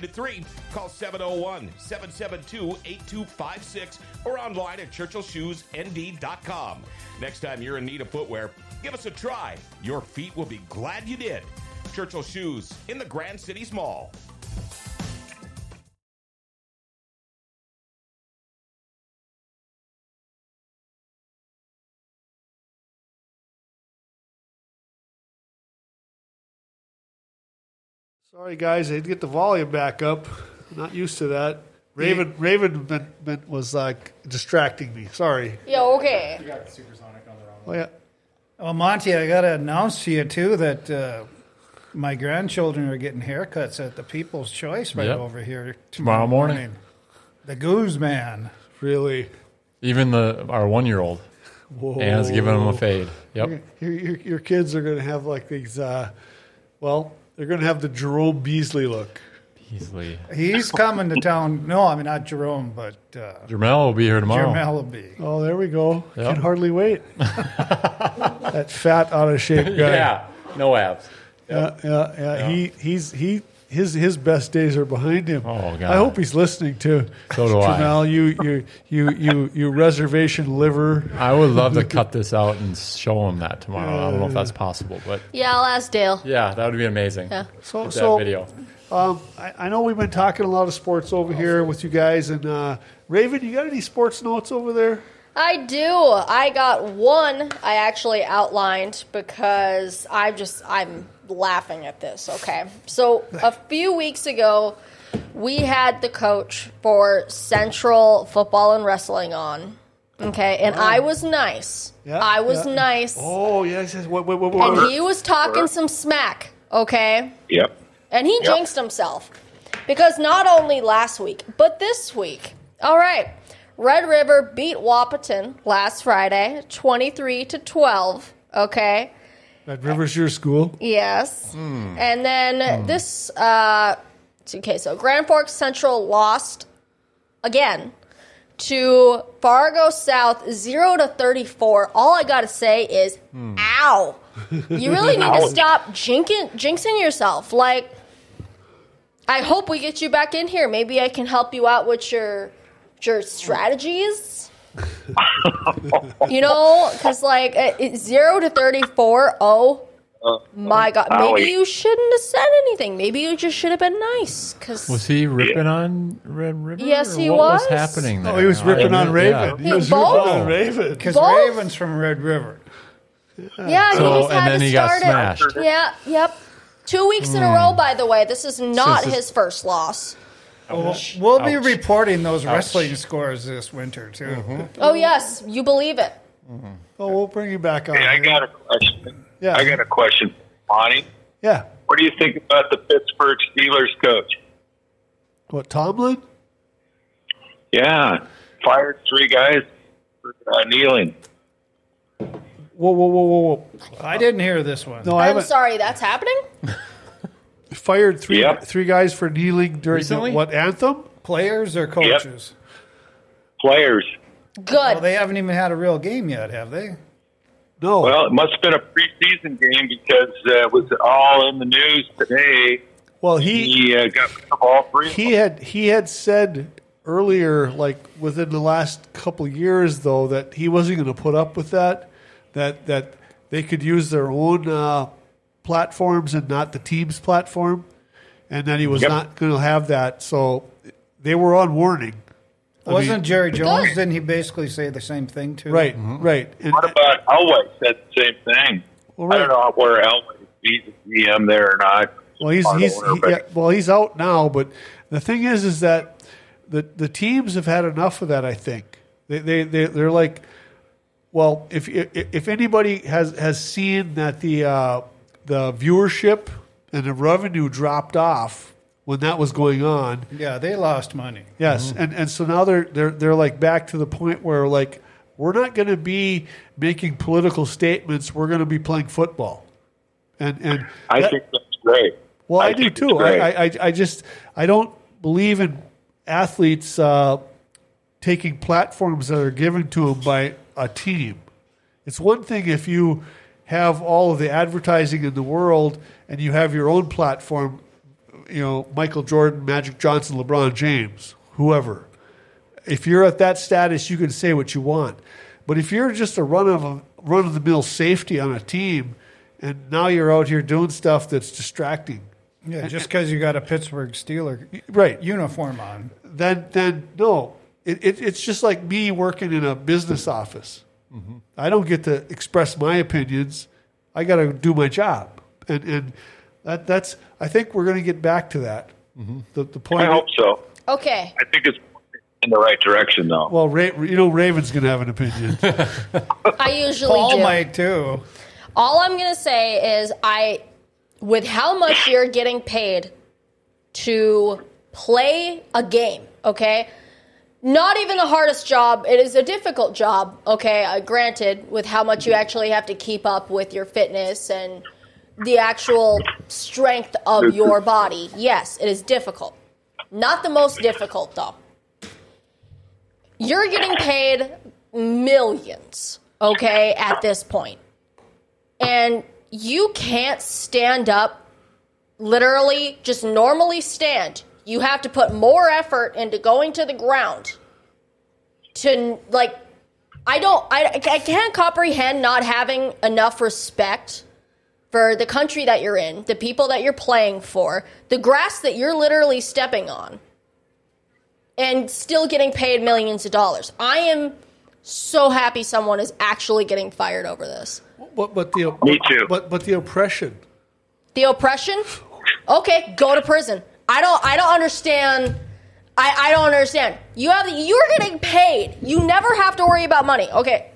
to 3. Call 701 772 8256 or online at churchillshoesnd.com. Next time you're in need of footwear, give us a try. Your feet will be glad you did. Churchill Shoes in the Grand Cities Mall. Sorry guys, I didn't get the volume back up. I'm not used to that. Raven Raven meant, meant was like distracting me. Sorry. Yeah, okay. Oh yeah. Well, Monty, I got to announce to you too that uh, my grandchildren are getting haircuts at the People's Choice right Yep. over here Tomorrow morning. The Goose Man. Really. Even the our one year old Whoa. Anne's giving him a fade. Yep. Your, your, your kids are going to have like these. Uh, well, they're going to have the Jerome Beasley look. Easily. He's coming to town. No, I mean not Jerome, but uh, Jermel will be here tomorrow. Jim Ellaby. Oh, there we go. Yep. Can hardly wait. that fat, out of shape guy. Yeah. No abs. yeah, yeah, yeah. He, he's he. His his best days are behind him. Oh, God. I hope he's listening too. So do I. Jamal, you you you you you reservation liver. I would love to cut this out and show him that tomorrow. I don't know if that's possible, but Yeah, I'll ask Dale. yeah, that would be amazing. Yeah. So That so video. Um, I, I know we've been talking a lot of sports over here with you guys, and uh, Raven, you got any sports notes over there? I do. I got one I actually outlined because I'm just I'm laughing at this. Okay. So a few weeks ago we had the coach for Central Football and Wrestling on. Okay, and I was nice. Oh. Yeah, I was yeah. nice. Oh yes, yes. What, what, what, what- And he was talking some smack, okay? Yep. And he Yep. jinxed himself because not only last week, but this week. All right. Red River beat Wapaton last Friday, 23 to 12. Okay. Red River's your school. Yes. And then this, uh, okay, so Grand Forks Central lost again to Fargo South 0 to 34. All I got to say is, ow. You really need to Ouch. stop jinxing, jinxing yourself. Like, I hope we get you back in here. Maybe I can help you out with your your strategies. you know, because like uh, it- it's zero to thirty four. Oh my god! Maybe Owie. you shouldn't have said anything. Maybe you just should have been nice. Because Was he ripping on Red River? Yes, or he what was. happening there? Oh, he was ripping I- on Raven. yeah. He was Both? ripping on Raven. Because Both? Raven's from Red River. yeah, he So, just had and then to he got start smashed. Hmm. it. Yeah, yep. Two weeks in a row. By the way, this is not Since it's- his first loss. We'll, we'll be Ouch. Mm-hmm. reporting those wrestling scores this winter too. Oh yes, you believe it. Oh, we'll bring you back on. Hey, I Raven. got a question. Yeah. I got a question, Bonnie. Yeah. What do you think about the Pittsburgh Steelers coach? What Tomlin? Yeah, fired three guys for uh, kneeling. Whoa, whoa, whoa, whoa, whoa! I didn't hear this one. No, I I'm haven't sorry, that's happening. fired three Yep. three guys for kneeling during Recently? the, what anthem? Players or coaches? Players. Good. Well, they haven't even had a real game yet, have they? No. Well, it must have been a preseason game because uh, it was all in the news today. well, he He uh, got rid of all three. of he them. had he had said earlier, like within the last couple years, though, that he wasn't going to put up with that. That that they could use their own uh, platforms and not the team's platform, and that he was Yep. not going to have that. So they were on warning. I Wasn't mean- Jerry Jones? Didn't he basically say the same thing too? Right, right. And, Mm-hmm. What about Elway? Said the same thing. Well, right. I don't know where Elway is. He's a GM there or not. Well, he's Part he's owner, he- but- yeah, well he's out now. But the thing is, is that the the teams have had enough of that. I think they they, they they're like, well, if if anybody has has seen that the uh, the viewership and the revenue dropped off when that was going on, Yeah, they lost money. Yes, Mm-hmm. and and so now they're they're they're like back to the point where like we're not going to be making political statements. We're going to be playing football, and and I that- think that's great. well, I, do think it's too. great. I, I, I- I just I don't believe in athletes uh, taking platforms that are given to them by a team. It's one thing if you have all of the advertising in the world and you have your own platform. You know, Michael Jordan, Magic Johnson, LeBron James, whoever. If you're at that status, you can say what you want. But if you're just a run of run of the mill safety on a team, and now you're out here doing stuff that's distracting, Yeah, just because you got a Pittsburgh Steeler right? You, uniform on. then then no, it, it, it's just like me working in a business office. I don't get to express my opinions. I got to do my job, and and that that's. I think we're going to get back to that. The the point. I hope so. Okay. I think it's in the right direction, though. Well, Ra- you know, Raven's going to have an opinion. I usually Paul do. might too. All I'm going to say is I with how much you're getting paid to play a game, okay? Not even the hardest job. It is a difficult job, okay? Uh, granted, with how much you actually have to keep up with your fitness and the actual strength of your body. Yes, it is difficult. Not the most difficult, though. You're getting paid millions, okay, at this point and you can't stand up literally just normally stand you have to put more effort into going to the ground to like i don't i, I can't comprehend not having enough respect for the country that you're in the people that you're playing for the grass that you're literally stepping on and still getting paid millions of dollars i am so happy someone is actually getting fired over this but, but the Me too. But but the oppression. The oppression? Okay, go to prison. I don't I don't understand I, I don't understand. You have you're getting paid. You never have to worry about money. Okay.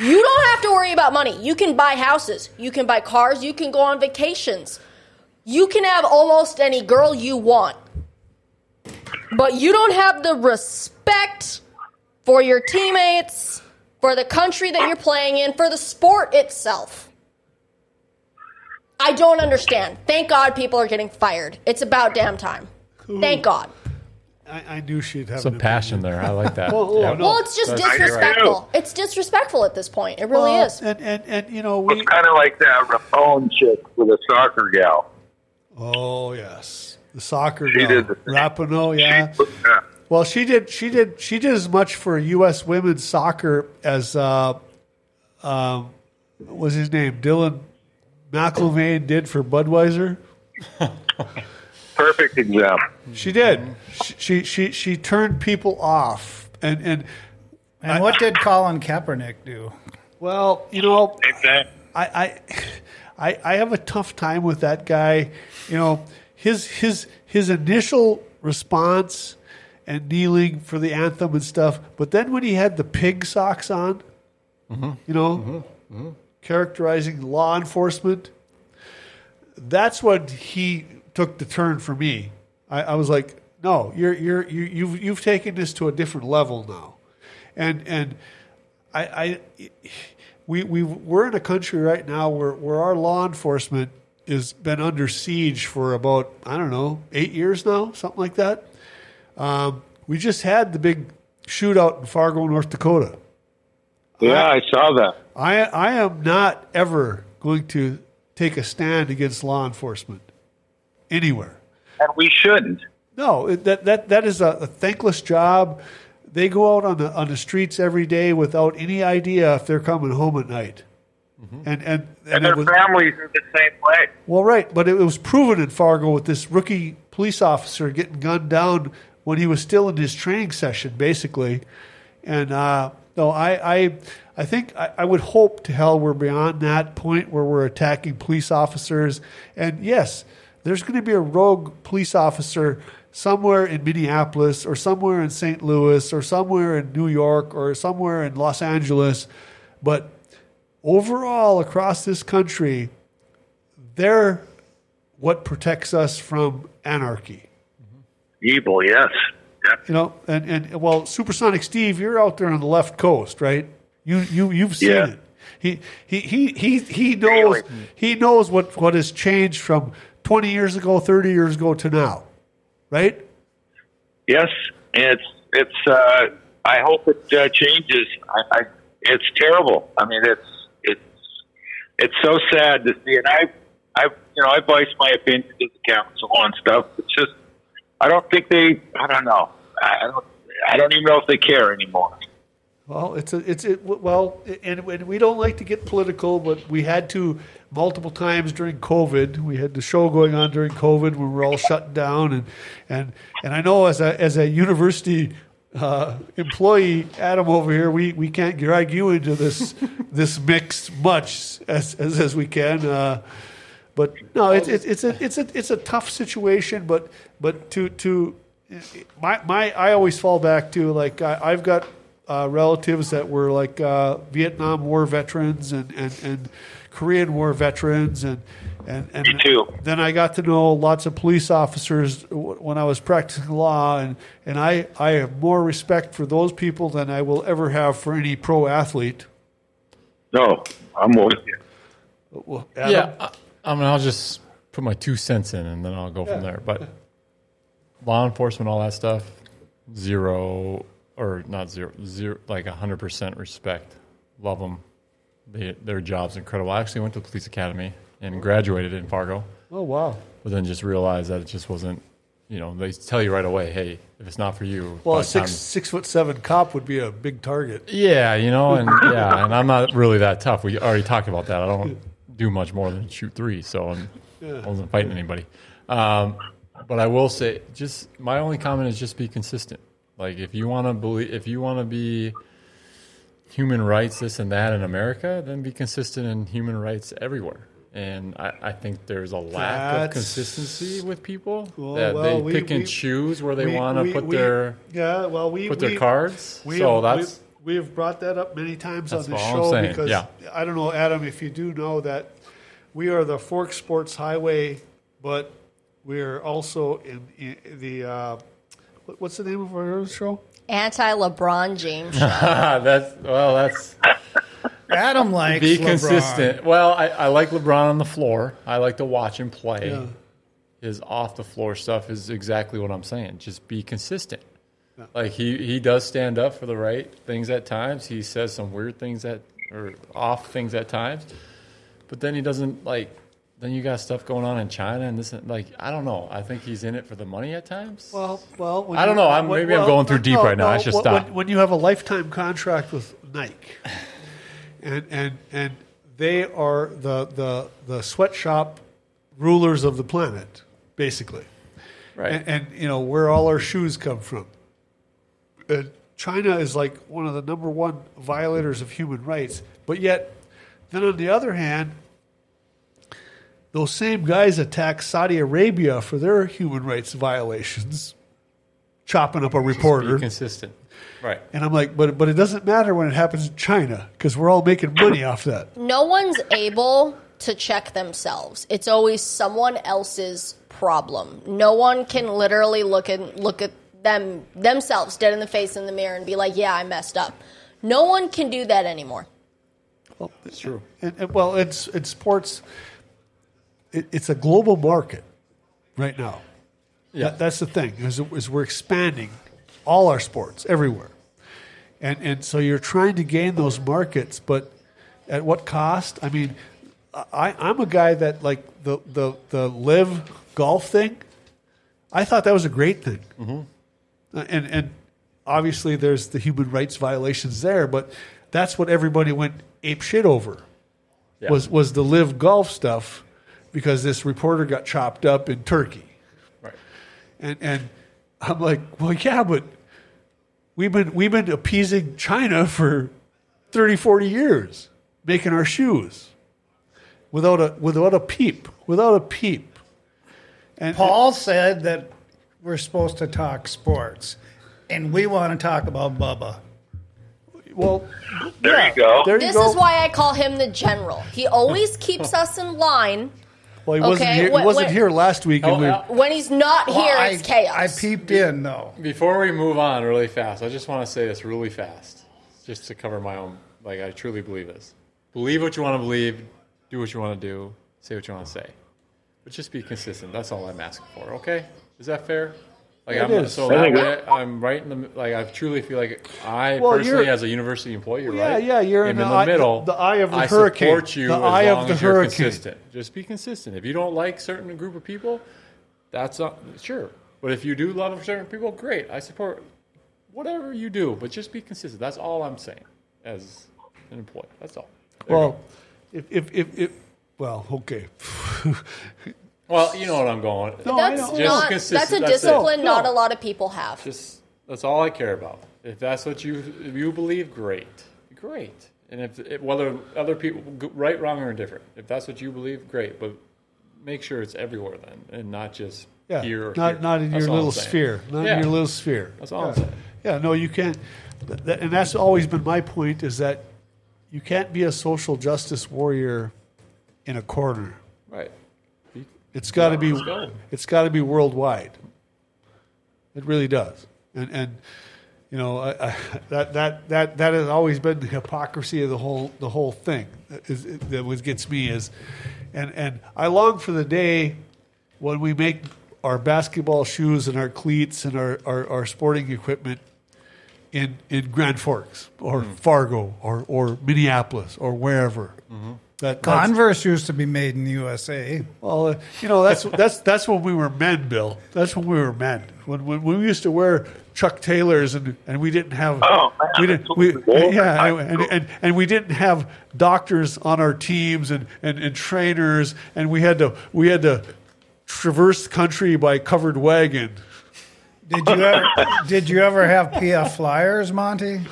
You don't have to worry about money. You can buy houses, you can buy cars, you can go on vacations. You can have almost any girl you want. But you don't have the respect for your teammates, for the country that you're playing in, for the sport itself. I don't understand. Thank God people are getting fired. It's about damn time. Thank God. I, I knew she'd have Some an passion there. I like that. Oh, oh, Yeah. no. Well, it's just That's right. disrespectful. It's disrespectful at this point. It really Well, is. And, and and you know we. it's kind of like that Rapone chick with a soccer gal. Oh yes, the soccer She girl, did the- Rapinoe. Yeah. Yeah. Well, she did. She did. She did as much for U.S. women's soccer as uh, um, what was his name Dylan McIlvain did for Budweiser. Perfect example. She did. She she she, she turned people off, and and And what did Colin Kaepernick do? well, you know, Exactly. I, I, I, I have a tough time with that guy. You know, his his his initial response and kneeling for the anthem and stuff, but then when he had the pig socks on, you know, characterizing law enforcement, that's when he took the turn for me. I, I was like, no, you're you're you, you've you've taken this to a different level now, and and I, I we we we're in a country right now where where our law enforcement has been under siege for about I don't know eight years now, something like that. Um, we just had the big shootout in Fargo, North Dakota. Yeah, I saw that. I I am not ever going to take a stand against law enforcement anywhere. And we shouldn't. No, it- that that that is a, a thankless job. They go out on the on the streets every day without any idea if they're coming home at night. And and And, and their it was, families are the same way. well, right, but it was proven in Fargo with this rookie police officer getting gunned down when he was still in his training session, basically. And uh, no, I I I think I, I would hope to hell we're beyond that point where we're attacking police officers. And yes, there's going to be a rogue police officer somewhere in Minneapolis or somewhere in St. Louis or somewhere in New York or somewhere in Los Angeles, but overall across this country they're what protects us from anarchy. Evil, yes. Yeah. You know, and, and well, Supersonic Steve, you're out there on the left coast, right? You you you've seen Yeah. it. He he he he he knows he knows what, what has changed from twenty years ago, thirty years ago to now. Right? Yes, it's it's. Uh, I hope it uh, changes. I, I, it's terrible. I mean, it's it's it's so sad to see. And I, I, you know, I voice my opinion to the council on stuff. It's just, I don't think they. I don't know. I I don't. I don't even know if they care anymore. Well, it's a, it's it, well, and, and we don't like to get political, but we had to multiple times during COVID. We had the show going on during COVID when we were all shut down, and and and I know as a as a university uh, employee, Adam over here, we, we can't drag you into this this mix much as as, as we can. Uh, but no, it's it's it's a it's a it's a tough situation, but but to to my, my I always fall back to like I, I've got uh, relatives that were like uh, Vietnam War veterans and, and, and Korean War veterans and and, and Me too. then I got to know lots of police officers w- when I was practicing law and and I I have more respect for those people than I will ever have for any pro athlete. No, I'm with you. Well, Adam, yeah, I, I mean, I'll just put my two cents in, and then I'll go from there. But law enforcement, all that stuff, zero or not zero, zero like hundred percent respect. Love them. They, their job's incredible. I actually went to the police academy and graduated in Fargo, Oh wow. but then just realized that it just wasn't. You know, they tell you right away, hey, if it's not for you, Well, by a the six time- six foot seven cop would be a big target. Yeah, you know, and yeah, and I'm not really that tough. We already talked about that. I don't do much more than shoot three, so I'm, I wasn't fighting anybody. Um, but I will say, just my only comment is just be consistent. Like if you want to believe, if you want to be human rights this and that in America, then be consistent in human rights everywhere. And I, I think there's a lack of That's- consistency with people Well, that well, they we- pick and we- choose where they We- want to we- put we- their yeah, well, we put their we- cards. We so have, that's we've- we have brought that up many times That's on this all I'm show saying, because yeah. I don't know, Adam, if you do know that we are the Fork Sports Highway, but we are also in, in the uh, what- what's the name of our show? Anti LeBron James. Ah, that's well. That's Adam likes be LeBron. consistent. Well, I, I like LeBron on the floor. I like to watch him play. Yeah. His off the floor stuff is exactly what I'm saying. Just be consistent. Like he he does stand up for the right things at times. He says some weird things at or off things at times, but then he doesn't like. Then you got stuff going on in China and this and like I don't know. I think he's in it for the money at times. Well, well, when I don't you- know. I'm- when- maybe I'm going through deep right now. I should when- stop. When, when you have a lifetime contract with Nike, and and and they are the the the sweatshop rulers of the planet, basically. right. and, and you know where all our shoes come from. And China is like one of the number one violators of human rights, but yet, then on the other hand, those same guys attack Saudi Arabia for their human rights violations, chopping up a reporter. be consistent. Right. And I'm like, but but it doesn't matter when it happens in China because we're all making money off that. no one's able to check themselves. It's always someone else's problem. No one can literally look and look at them themselves dead in the face in the mirror and be like, "Yeah, I messed up." No one can do that anymore. Well, it's true. And, and, well, it's it's sports. It, it's a global market right now. Yeah. That, that's the thing is, is we're expanding all our sports everywhere, and and so you're trying to gain those markets, but at what cost? I mean, I I'm a guy that like the the the live golf thing. I thought that was a great thing, Mm-hmm. Uh, and and obviously there's the human rights violations there, but that's what everybody went ape shit over Yeah. was was the live golf stuff because this reporter got chopped up in Turkey. Right. And and I'm like, well, yeah, but we've been we've been appeasing China for 30, 40 years, making our shoes without a without a peep, without a peep. And Paul said that we're supposed to talk sports, and we want to talk about Bubba. well, There yeah, you go. There you This go. is why I call him the general. He always keeps us in line. well, he wasn't okay, here. what- he wasn't what- here last week. and Oh, we, uh, yeah. When he's not here, I, it's chaos. I peeped in though. Before we move on really fast, I just want to say this really fast, just to cover my own. Like, I truly believe this. Believe what you want to believe, do what you want to do, say what you want to say. But just be consistent. That's all I'm asking for, okay? Is that fair? Like, I'm, is. so I that think it- way I'm right in the, like, I truly feel like I Well, personally, you're- as a university employee, yeah, right? yeah, you're in am in the the, eye- middle. the- the eye of the I hurricane. support you The as eye of long the as you're hurricane. consistent. Just be consistent. If you don't like certain group of people, that's not, sure. But if you do love certain people, great. I support whatever you do, but just be consistent. That's all I'm saying as an employee. That's all. There you well, go. if, if if if well, okay. well, you know what I'm going. No, I that's know. Just not. consistent, That's a that's it. discipline No. not a lot of people have. Just that's all I care about. If that's what you if you believe, great, great. And if, if whether other people g- right, wrong, or indifferent, if that's what you believe, great. But make sure it's everywhere then, and not just Yeah. here. or not here. not in That's your all I'm little saying. sphere. Not Yeah. in your little sphere. That's all I'm saying. Yeah, no, you can't. th- th- And that's always been my point is that you can't be a social justice warrior in a corner. Right. Be- It's got to be Let's go. it's got to be worldwide. It really does. And and you know, I, I, that that that that has always been the hypocrisy of the whole the whole thing. Is, that what gets me is and and I long for the day when we make our basketball shoes and our cleats and our, our, our sporting equipment in, in Grand Forks or Mm-hmm. Fargo or, or Minneapolis or wherever. Mm-hmm. That, that's- Converse used to be made in the USA. well, uh, you know that's that's that's when we were men, Bill. That's when we were men. When when, when we used to wear Chuck Taylors and, and we didn't have Oh, man, we didn't that's we, cool. yeah and, and and we didn't have doctors on our teams and, and, and trainers and we had to we had to traverse the country by covered wagon. Did you ever, did you ever have PF Flyers, Monty?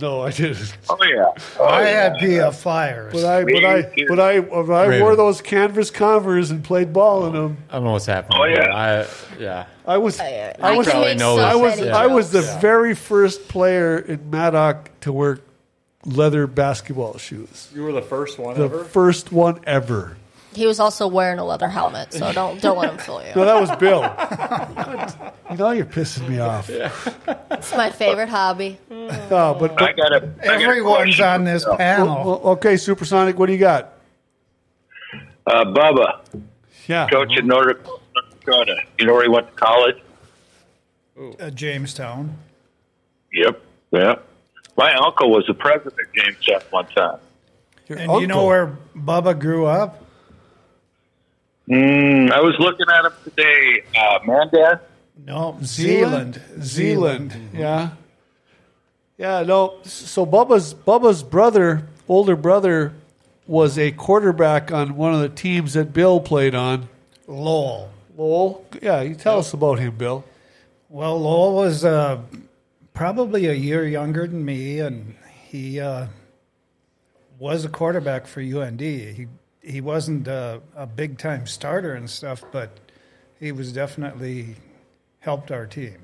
No, I didn't. Oh yeah. Oh, I yeah. had PF Flyers. But I but I but I but I wore Raven. those canvas Converse and played ball in them. I don't know what's happening. Oh, yeah. I, yeah. I was I, I was- can Probably make so know this. I was many I was the jokes. very first player in Maddock to wear leather basketball shoes. You were the first one The first one ever. He was also wearing a leather helmet, so don't don't let him fool No, you. that was Bill. you know you're pissing me off. It's my favorite hobby. No, but, I got a. I got a Everyone's question Uh, on this myself. panel. well, okay, Supersonic, what do you got? Uh, Bubba, Yeah. coach in North North Dakota. You know where he went to college? Uh, Jamestown. Yep. Yeah. My uncle was the president of James Jeff one time. Your And you know uncle. where Bubba grew up? Mm, I was looking at him today, uh, Mandan. No, Zealand? Mm-hmm. Zealand. Zealand. Yeah. Yeah, no. So Bubba's Bubba's brother, older brother, was a quarterback on one of the teams that Bill played on. Lowell. Lowell. Yeah, you tell us about him, Bill. Well, Lowell was uh, probably a year younger than me, and he uh, was a quarterback for UND. He he wasn't a, a big time starter and stuff, but he was definitely helped our team.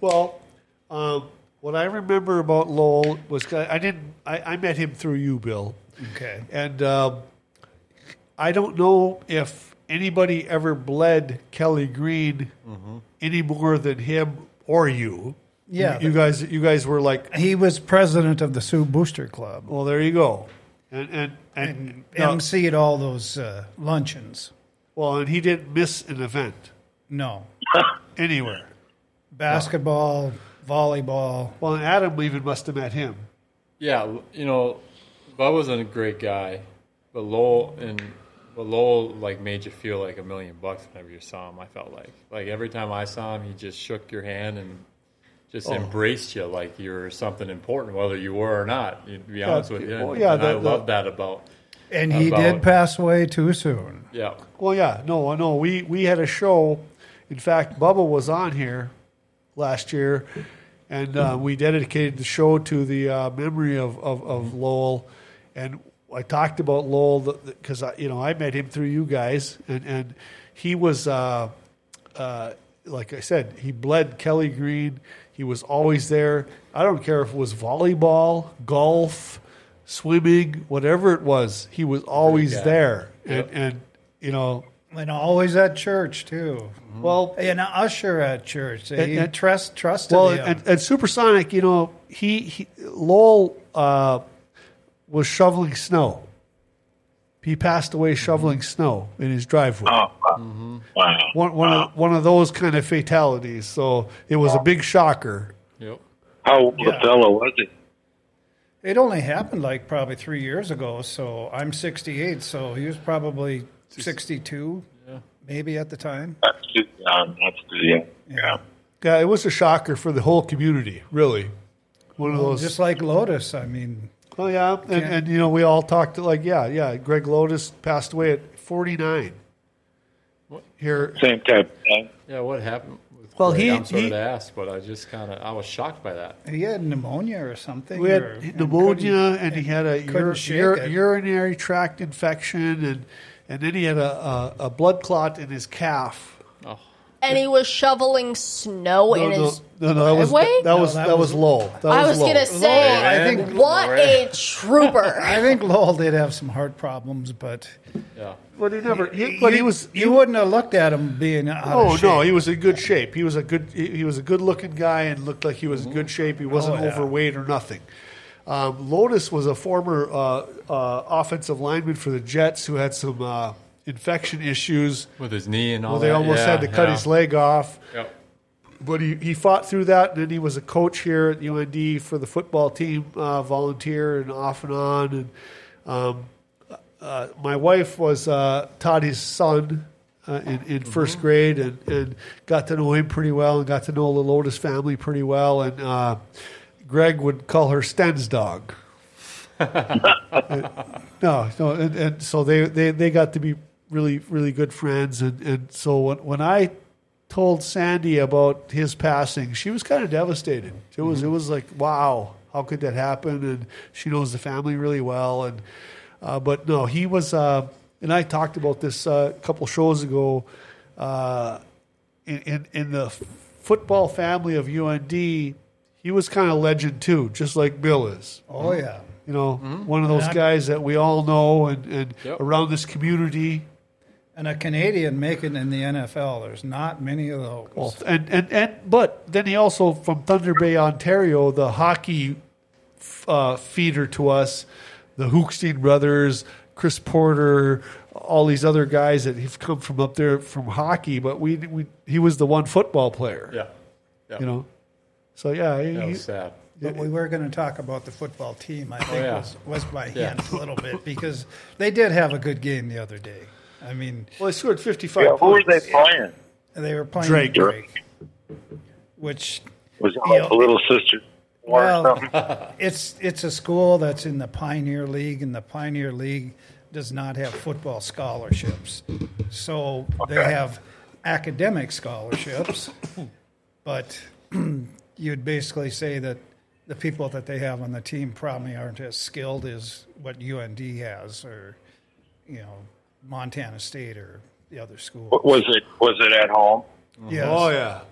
Well, um, what I remember about Lowell was I didn't I, I met him through you, Bill, Okay, and um, I don't know if anybody ever bled Kelly Green Mm-hmm. any more than him or you. Yeah, you, you guys, you guys were like, he was president of the Sioux Booster Club well, there you go, and and and, and no, emceed all those uh, luncheons. well, and he didn't miss an event No, anywhere. basketball, volleyball. Well, and Adam even must have met him. Yeah, you know, Bub was a great guy, but Lowell and but Lowell like made you feel like a million bucks whenever you saw him. I felt like like every time I saw him, he just shook your hand and just Oh. embraced you like you were something important, whether you were or not. To be honest with you, well, yeah, and I that- that- love that about And he About- did pass away too soon. yeah. Well, yeah, no, I know. We we had a show. In fact, Bubba was on here last year, and uh, we dedicated the show to the uh, memory of, of, of Lowell. And I talked about Lowell because I you know I met him through you guys, and and he was. Uh, uh, like I said, he bled Kelly Green. He was always there. I don't care if it was volleyball, golf, swimming, whatever it was, he was always guy. there. And, and you know, And always at church too. well, An usher at church. He Mm-hmm. And- and- trust trusted well, him. and, and Supersonic, you know, he, he Lowell uh, was shoveling snow. He passed away shoveling snow in his driveway. Mm-hmm. Oh, wow. wow. One, one, of, one of those kind of fatalities. So it was a big shocker. Yep. How old Yeah. a fellow was he? it only happened like probably three years ago. So I'm 68. So he was probably 62, maybe at the time. That's too young. That's too young. Yeah. Yeah, it was a shocker for the whole community, really. One of those. Just like Lotus. I mean, oh yeah, and, and you know we all talked like yeah, yeah. Greg Lotus passed away at forty nine. Here, Same type of thing. Yeah, what happened? With Well, Greg? he- I'm sorry he- to ask, but I just kind of I was shocked by that. he had pneumonia or something. we or- had and pneumonia, couldn't- and he had a couldn't ur- shake ur- it. urinary tract infection, and and then he had a, a, a blood clot in his calf. and he was shoveling No, snow in no, his. no, no, that was driveway? that was No, that was low. That I was low. gonna say, I think- what a trooper! I think Lowell did have some heart problems, but but he never. He, but he you- was. You wouldn't have looked at him being out of Oh shape. no, he was in good shape. He was a good. He, he was a good-looking guy and looked like he was in good shape. He wasn't Oh, yeah. overweight or nothing. Um, Lotus was a former uh, uh, offensive lineman for the Jets who had some uh, infection issues. with his knee and all. Well, they Oh, that. almost Yeah, had to cut yeah. his leg off. Yep. but he, he fought through that, and then he was a coach here at UND for the football team, uh, volunteer and off and on. And um, uh, my wife was uh, Toddy's son uh, in, in first grade, and, and got to know him pretty well, and got to know the Lotus family pretty well. And uh, Greg would call her Sten's dog. No, no, and, and so they, they, they got to be really really good friends, and, and so when when I told Sandy about his passing, she was kind of devastated. It was it was like wow, how could that happen? And she knows the family really well, and uh, but no, he was, uh, and I talked about this uh, a couple shows ago. Uh, in, in, in the football family of UND, he was kind of legend too, just like Bill is Oh yeah. you know, one of those guys that we all know and, and Yep. around this community. And a Canadian making in the NFL. There's not many of those. And, and, and but then he also from Thunder Bay, Ontario, the hockey f- uh, feeder to us, the Hoekstein brothers, Chris Porter, all these other guys that have come from up there from hockey. But we, we he was the one football player, Yeah. Yeah. you know. So yeah, he- That was he- sad. But we were going to talk about the football team. I think Oh, yeah. was, was by Yeah. hand a little bit because they did have a good game the other day. I mean, well, he scored fifty five. Yeah, who were they playing? they were playing Drake. which Was it like Yeah. a little sister or Well, something? it's it's a school that's in the Pioneer League, and the Pioneer League does not have football scholarships. So they Okay. have academic scholarships, but you'd basically say that the people that they have on the team probably aren't as skilled as what UND has, or you know Montana State or the other school. Was it was it at home? Yes. Oh yeah,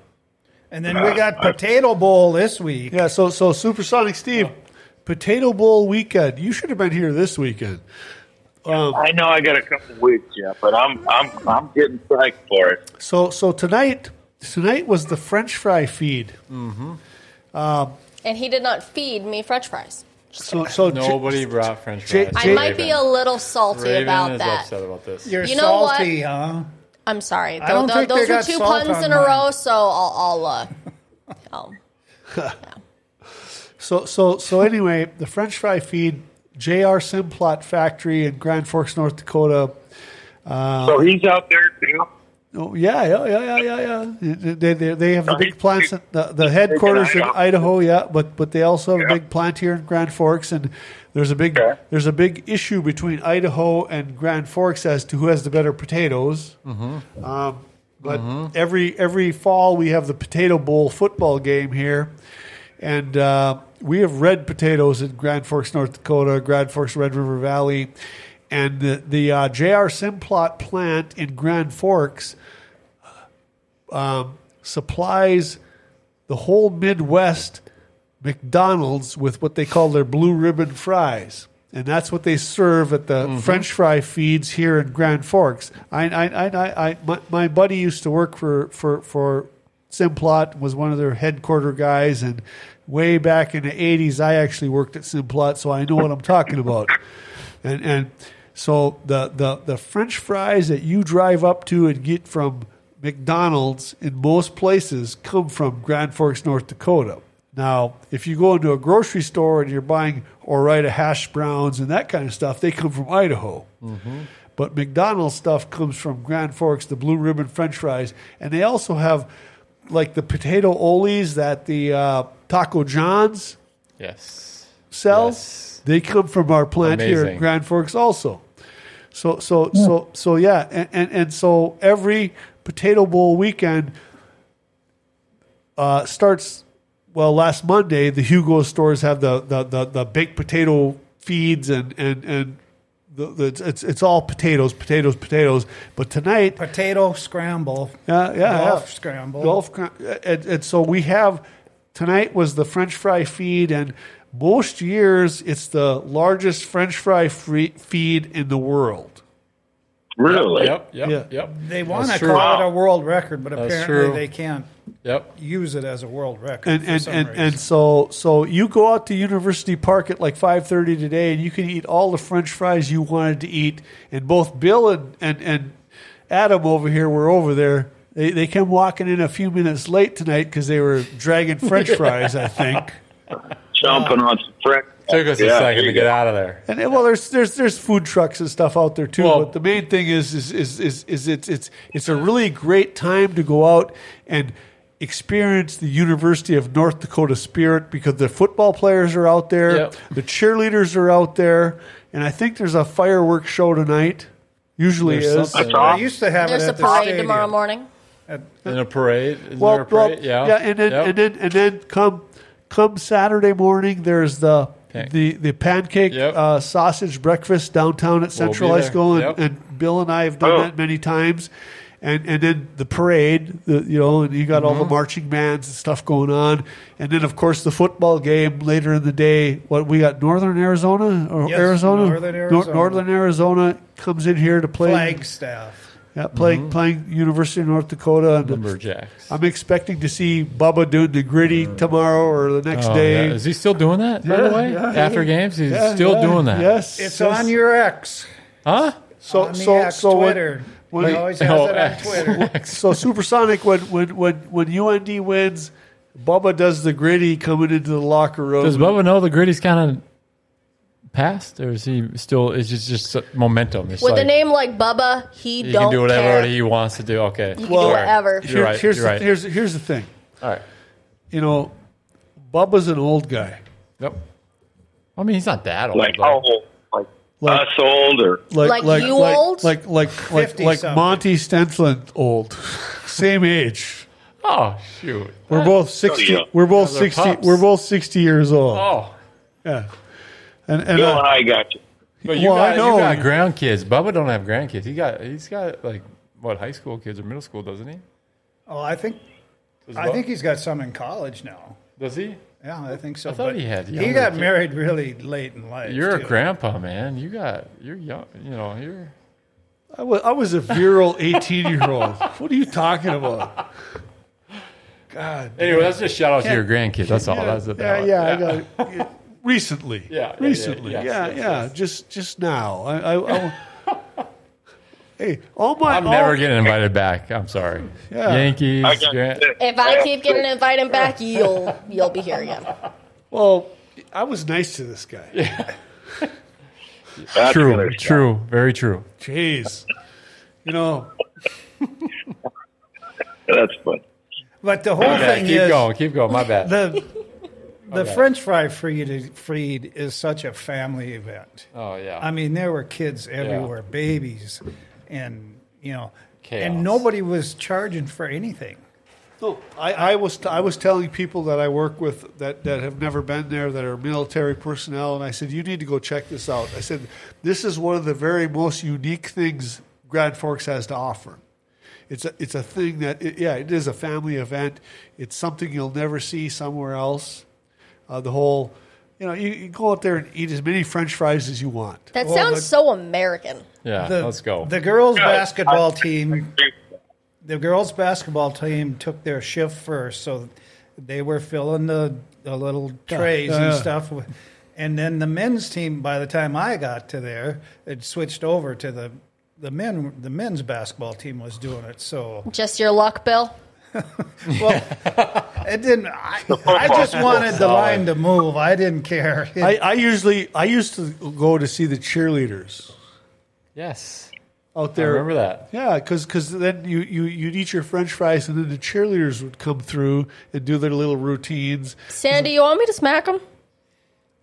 And then we got Potato Bowl this week. Yeah, so so Supersonic Steve, Potato Bowl weekend. You should have been here this weekend. I know I got a couple weeks yet, but I'm I'm I'm getting psyched for it. So so tonight tonight was the French fry feed. And he did not feed me French fries. So so J- Nobody brought French J- fries. J- I might be a little salty Raven about is that. upset about this. You're You know what? salty, huh? I'm sorry. Tho- don't tho- think they those were got two salt puns on in a mine. row, so I'll, I'll uh, um, I'll- so so so anyway, the French fry feed, J.R. Simplot Factory in Grand Forks, North Dakota. Uh-huh. So he's out there too. Oh yeah, yeah, yeah, yeah, yeah, yeah. They they, they have the big plants, at the, the headquarters in Idaho. Idaho, yeah. But but they also have a Yeah. big plant here in Grand Forks, and there's a big Okay. there's a big issue between Idaho and Grand Forks as to who has the better potatoes. Um, but every every fall we have the Potato Bowl football game here, and uh, we have red potatoes in Grand Forks, North Dakota, Grand Forks, Red River Valley, and the, the uh, J.R. Simplot plant in Grand Forks um, supplies the whole Midwest McDonald's with what they call their blue ribbon fries. And that's what they serve at the French fry feeds here in Grand Forks. I, I, I, I, I my, my buddy used to work for, for, for Simplot, was one of their headquarter guys. And way back in the 80s, I actually worked at Simplot, so I know what I'm talking about. And, and so the, the, the French fries that you drive up to and get from McDonald's in most places come from Grand Forks, North Dakota. Now, if you go into a grocery store and you're buying Orida hash browns and that kind of stuff, they come from Idaho. But McDonald's stuff comes from Grand Forks, the blue ribbon French fries, and they also have like the potato olies that the uh, Taco John's Yes. cells. Yes. They come from our plant here in Amazing. Grand Forks also. So so so so yeah, and, and and so every potato bowl weekend uh, starts well last Monday. The Hugo stores have the the the, the baked potato feeds and and and the, the, it's- it's it's all potatoes, potatoes, potatoes. But tonight, Potato scramble. yeah, Uh, yeah, Golf yeah. scramble. Golf. cr- And, and so we have tonight was the French fry feed, and most years it's the largest French fry free, feed in the world. Really? Yep, yep, Yeah. yep. They want That's to true. call it a world record, but true. apparently they can't Yep. use it as a world record And for and, some and, reason. and so so you go out to University Park at like five thirty today, and you can eat all the French fries you wanted to eat. And both Bill and and, and Adam over here were over there. They they came walking in a few minutes late tonight because they were dragging French fries, I think. Chomping on some French. Took us Yeah, a there second to you get go. out of there. And well, there's there's there's food trucks and stuff out there too. Well- but the main thing is is, is is is it's it's it's a really great time to go out and experience the University of North Dakota spirit because the football players are out there, Yep. the cheerleaders are out there, and I think there's a fireworks show tonight. Usually There's is. something. That's awesome. I used to have There's it a at the parade stadium. tomorrow morning. In a parade. Isn't Well, there a parade? well, yeah. and then Yep. and then and then come come Saturday morning. There's the Pan- the the pancake Yep. uh, sausage breakfast downtown at Central High there. School, and, Yep. and Bill and I have done Oh. that many times. And and then the parade, the, you know, and you got all the Mm-hmm. marching bands and stuff going on, and then of course the football game later in the day. What we got, Northern Arizona or Yes, Arizona, Northern Nor- Arizona. Northern Arizona comes in here to play, Flagstaff. yeah, playing Mm-hmm. playing University of North Dakota and the- Lumberjacks. Oh, I'm expecting to see Bubba doing the gritty tomorrow or the next Mm. Oh, day. yeah. Is he still doing that, by the Yeah, way? yeah, After yeah. games, he's Yeah, still yeah, doing that. Yes, It's yes. on your ex. Huh? so on the so ex so when- Twitter. when- he always has Oh, it on ex. Twitter. so supersonic when when when when UND wins, Bubba does the gritty coming into the locker room. Does Bubba know the gritty's kind of past, or is he still? Is just just momentum? It's With like, a name like Bubba, he he don't can do whatever care. he wants to do. Okay, you can do whatever. You're Here- right. here's you're the, right. here's here's the thing. All right. You know, Bubba's an old guy. Yep. I mean, he's not that old. Like oh. though. how old? Like, Like- us old or Like you like, old? Like like like 50 like something. Monty Stenflin old. Same age. Oh shoot. We're both sixty. young. We're both Those are sixty. pups. We're both sixty years old. Oh. Yeah. And and Bill uh, and I got you. But you Well, I got know. you got grandkids. Bubba don't have grandkids. He got he's got like what high school kids or middle school, doesn't he? oh, I think Does I Bub- think he's got some in college now. does he? Yeah, I think so. I thought but he had He younger got kids. married really late in life. You're a too. grandpa, man. You got you're young. You know you're. I was, I was a virile 18 year old. What are you talking about? Anyway, that's just shout out to your grandkids. That's all. That's the Yeah, that yeah, I one. got it. Recently. Yeah, yeah, yeah, Recently. Yeah, yes, yeah. yes, Just just now. I, I, I, hey, all my. I'm all- never getting invited back. I'm sorry. Yeah. Yankees. I got Gran- you. If I keep getting invited back, you'll you'll be here again. Well, I was nice to this guy. That's True. gonna- True. Very true. Jeez. You know, That's fun. But the whole Yeah, thing keep is going. Keep going. My bad. the the French fry freed, freed is such a family event. oh yeah. I mean, there were kids everywhere, babies, and you know, Chaos. and nobody was charging for anything. No, I, I was I was telling people that I work with that, that have never been there that are military personnel, and I said you need to go check this out. I said this is one of the very most unique things Grand Forks has to offer. It's a it's a thing that it, yeah it is a family event. It's something you'll never see somewhere else. Uh, the whole you know you, you go out there and eat as many French fries as you want. That Well, sounds the- so American. yeah. The, let's go. The girls' Yeah, basketball I- team, the girls' basketball team took their shift first, so they were filling the, the little trays yeah. and stuff. with- And then the men's team, by the time I got to there, it switched over to the the men. The men's basketball team was doing it, so Just your luck, Bill. well, it didn't. I, I just wanted the line to move. I didn't care. It- I, I usually I used to go to see the cheerleaders yes. out I there. remember that. Yeah, because Uh, then you, you, you'd eat your french fries and then the cheerleaders would come through and do their little routines. Sandy, you want me to smack him?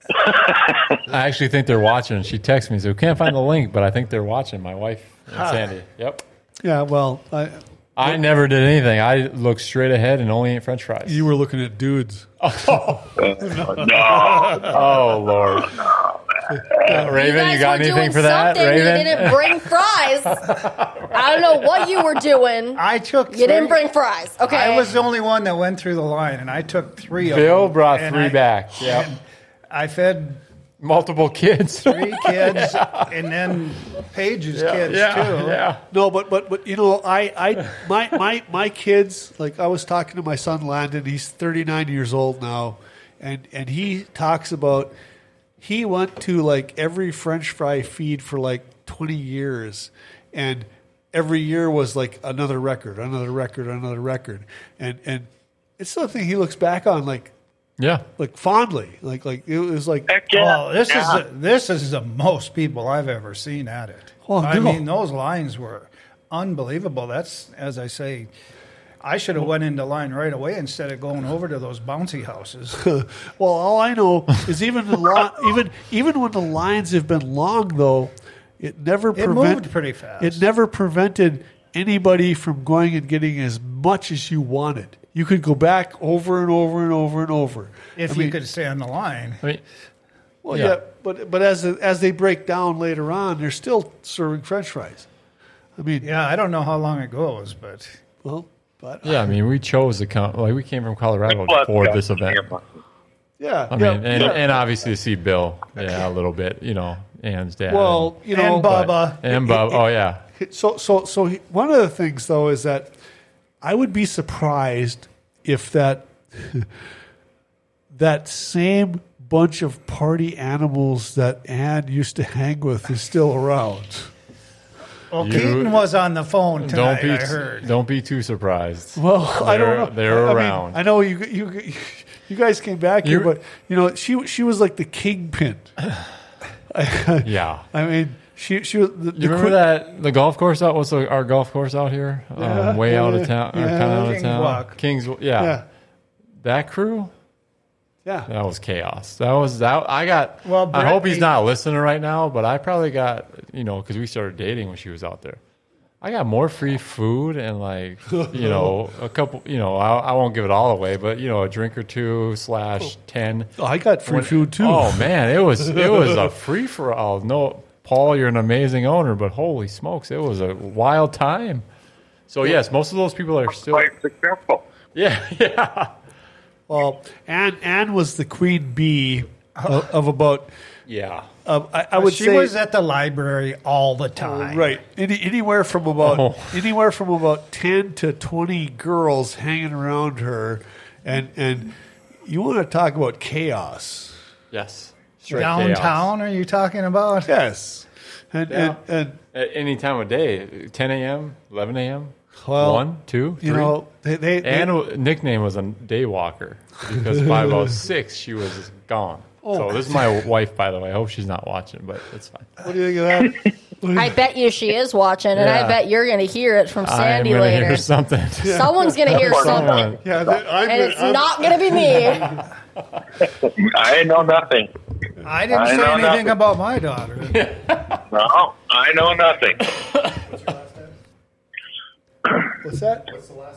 I actually think they're watching. She texted me, so can't find the link, but I think they're watching. My wife and Sandy. Yep. Yeah, Uh, well, I, I never did anything. I looked straight ahead and only ate French fries. you were looking at dudes. No, oh Lord. Uh, Raven, guys you got were anything doing for that? something. Raven, You didn't bring fries. I don't know what you were doing. I took. you didn't three- bring fries. Okay. I was the only one that went through the line, and I took three. of Bill them, brought and three I- back. Yeah, I fed multiple kids. three kids, and then Paige's kids yeah, too. yeah. No, but but but you know, I I my my my kids like I was talking to my son Landon. He's 39 years old now, and and he talks about he went to like every French fry feed for like 20 years, and every year was like another record, another record, another record, and and it's something he looks back on like Yeah. like fondly, like like it was like Heck yeah. Oh, Well, Oh, this yeah. is the, this is the most people I've ever seen at it. Oh, I no. mean, those lines were unbelievable. That's as I say. I should have went into line right away instead of going over to those bouncy houses. well, all I know is even the lo- even even when the lines have been long, though, it never It prevent- moved pretty fast. It never prevented anybody from going and getting as much as you wanted. You could go back over and over and over and over. If I you mean, could stay on the line, I mean, well, yeah. yeah. but but as as they break down later on, they're still serving French fries. I mean, yeah, I don't know how long it goes, but well, but yeah, yeah. I mean, we chose the com- like we came from Colorado Plus, for yeah, this event. yeah. yeah. I mean, and, and obviously to see Bill, yeah, a little bit, you know, Ann's dad. well, you know, um, and Bubba, and, and Bob. Oh yeah, So, so, so he- one of the things though is that I would be surprised if that that same bunch of party animals that Ann used to hang with is still around. well, You- Keaton was on the phone don't tonight. be I heard. don't be too surprised. Well, I They're- don't know. they're I mean, around. I know you you you guys came back here, You're- but you know she she was like the kingpin. I, yeah. I mean, she she was the, the You remember quick- that the golf course out was our golf course out here, Yeah, um, way out yeah, of town, or yeah. kind of out of Kings town. Walk. Kings, yeah. Yeah, that crew, yeah. that was chaos. That was that. I got. Well, Well, I hope he's Brittany- not listening right now, but I probably got you know because we started dating when she was out there. I got more free food and like you know a couple. You know I, I won't give it all away, but you know a drink or two slash ten. I got free food too. Oh man, it was it was a free for all. No, Paul, you're an amazing owner, but holy smokes, it was a wild time. So yes, most of those people are still quite successful. yeah yeah. Well, Anne Anne was the queen bee of, of about. Yeah. Of, I, I would she say was at the library all the time. right any, anywhere from about Oh. anywhere from about ten to twenty girls hanging around her, and and you want to talk about chaos? Yes. Straight chaos. Downtown, are you talking about? Yes, and and, and At any time of day, 10 a.m., 11 a.m., Well, 1, 2, you 3. know they they, they- Anne w- nickname was a day walker because by about 6, she was gone. Oh. So this is my wife, by the way. I hope she's not watching, but it's fine. what do you think of that? I bet you she is watching, and Yeah. I bet you're going to hear it from I'm Sandy going to later. hear something. Uh, Someone's going to hear something, Someone. yeah, they, I'm, and it's I'm- not going to be me. I know nothing. I didn't I say know anything nothing. about my daughter. No, I know nothing. What's that?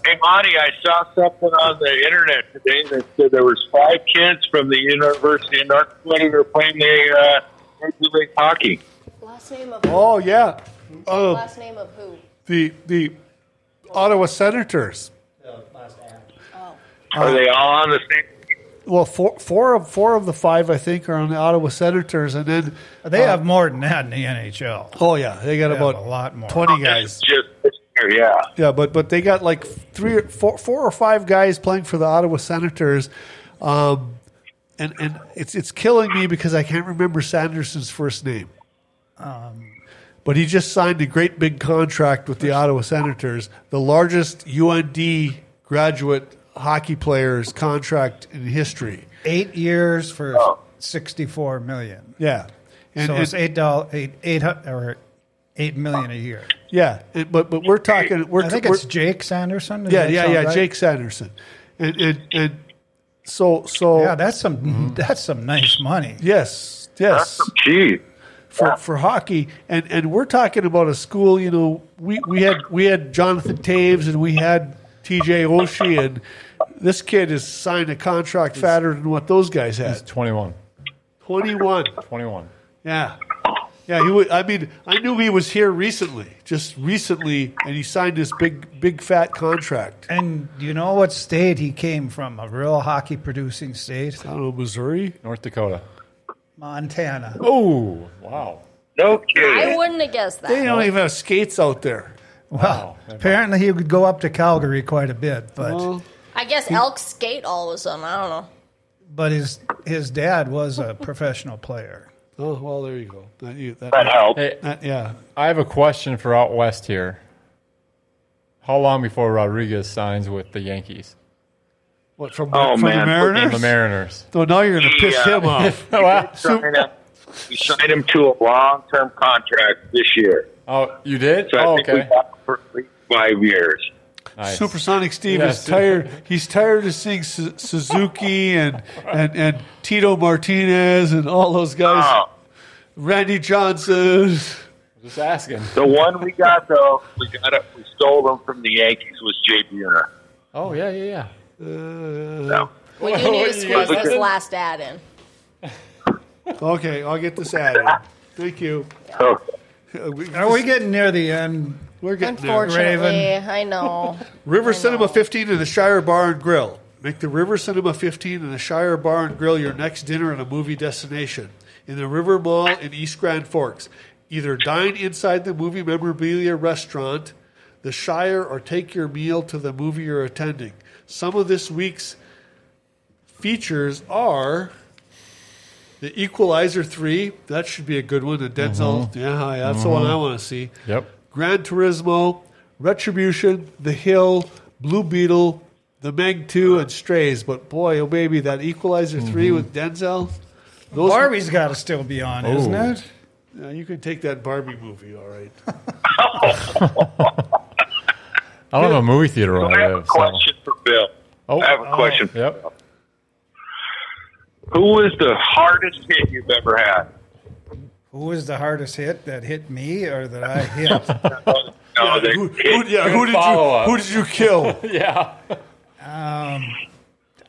Hey, Monty, I saw something on the internet today that said there was five kids from the University of North Dakota who were playing the uh, Major League Hockey. Last name of who? Oh yeah, uh, Last name of who? the the Ottawa Senators. Are Uh, they all on the same? Well, four four of four of the five I think are on the Ottawa Senators, and then They have more than that in the NHL. Oh yeah, they got They have about a lot more. twenty guys. Just yeah. Yeah, but but they got like three, or four, four or five guys playing for the Ottawa Senators, um, and and it's it's killing me because I can't remember Sanderson's first name. Um, Um, but he just signed a great big contract with the Ottawa Senators, the largest UND graduate hockey players contract in history. Eight years for Oh. sixty-four million. Yeah, and, so and- it's eight dollars, eight eight hu- or eight million a year. yeah, and- but but we're talking. We're I think we're- it's Jake Sanderson. Does yeah, that yeah, sound yeah. right? Jake Sanderson, and and and so so Yeah, that's some Mm-hmm. that's some nice money. yes, yes Gee. for for hockey, and and we're talking about a school. You know, we we had we had Jonathan Taves and we had T.J. Oshie, and this kid has signed a contract fatter than what those guys had. 21. Twenty one. 21. Yeah. Yeah, he would, I mean, I knew he was here recently, just recently, and he signed this big, big fat contract. And you know what state he came from? A real hockey producing state? I don't know, Missouri? North Dakota. Montana. Oh, wow. No kidding. I wouldn't have guessed that. They don't even have skates out there. Well, apparently he would go up to Calgary quite a bit, but Well, I guess elk skate all of them. I don't know. but his his dad was a professional player. oh, well, there you go. That, you, that, That helped. Hey, that- yeah. I have a question for out west here. How long before Rodriguez signs with the Yankees? What, from, Oh, from the man. Mariners? The Mariners. So now you're going to piss Yeah. him off. wow. Signed him- We signed him to a long-term contract this year, Oh, you did? so I oh, think we okay. got him for at least five years. Nice. Supersonic Steve Yes. is tired. He's tired of seeing Su- Suzuki and, and, and Tito Martinez and all those guys. Oh, Randy Johnson. Just asking. the one we got though, we got it. We stole him from the Yankees was Jay Buhner. Oh, yeah, yeah, yeah. So, We do need to Oh, You guys squeeze this did? last ad in. Okay, I'll get this added. Thank you. so Uh, we- Are we getting near the end? We're getting there. Unfortunately, I know. River Cinema 15 and the Shire Bar and Grill. Make the River Cinema 15 and the Shire Bar and Grill your next dinner and a movie destination in the River Mall in East Grand Forks. Either dine inside the movie memorabilia restaurant, the Shire, or take your meal to the movie you're attending. Some of this week's features are the Equalizer 3. That should be a good one. The Denzel. Yeah, yeah, that's the one I want to see. Yep. Gran Turismo, Retribution, The Hill, Blue Beetle, The Meg 2, and Strays. But boy, oh baby, that Equalizer 3 with Denzel. Those, Barbie's got to still be on, isn't Oh. it? Yeah, you can take that Barbie movie, all right. I don't have a movie theater where I I have a live. So. question for Bill. Oh, I have a question. Yep. Who was the hardest hit you've ever had? Who was the hardest hit that hit me or that I hit? No, they, who, who- yeah, who did you follow-up. who did you kill? Yeah. I,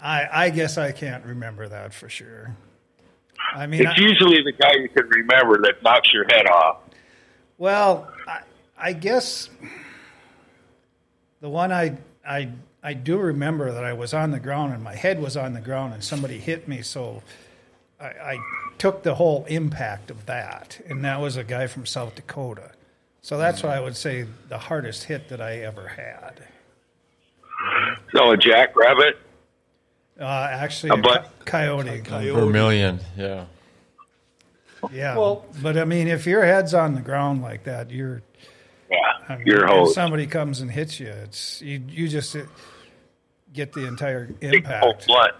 I guess I can't remember that for sure. I mean, it's I, usually the guy you can remember that knocks your head off. well, I, I guess the one I, I, I do remember that I was on the ground and my head was on the ground and somebody hit me. So I, I took the whole impact of that. And that was a guy from South Dakota. So that's what I would say the hardest hit that I ever had. No, a jackrabbit. Uh, actually, A a butt- co- coyote. Vermillion. Yeah. Yeah. Well- but I mean, if your head's on the ground like that, you're Yeah, I mean, your if hose. Somebody comes and hits you. It's you. You just uh, get the entire Big old impact. blunt.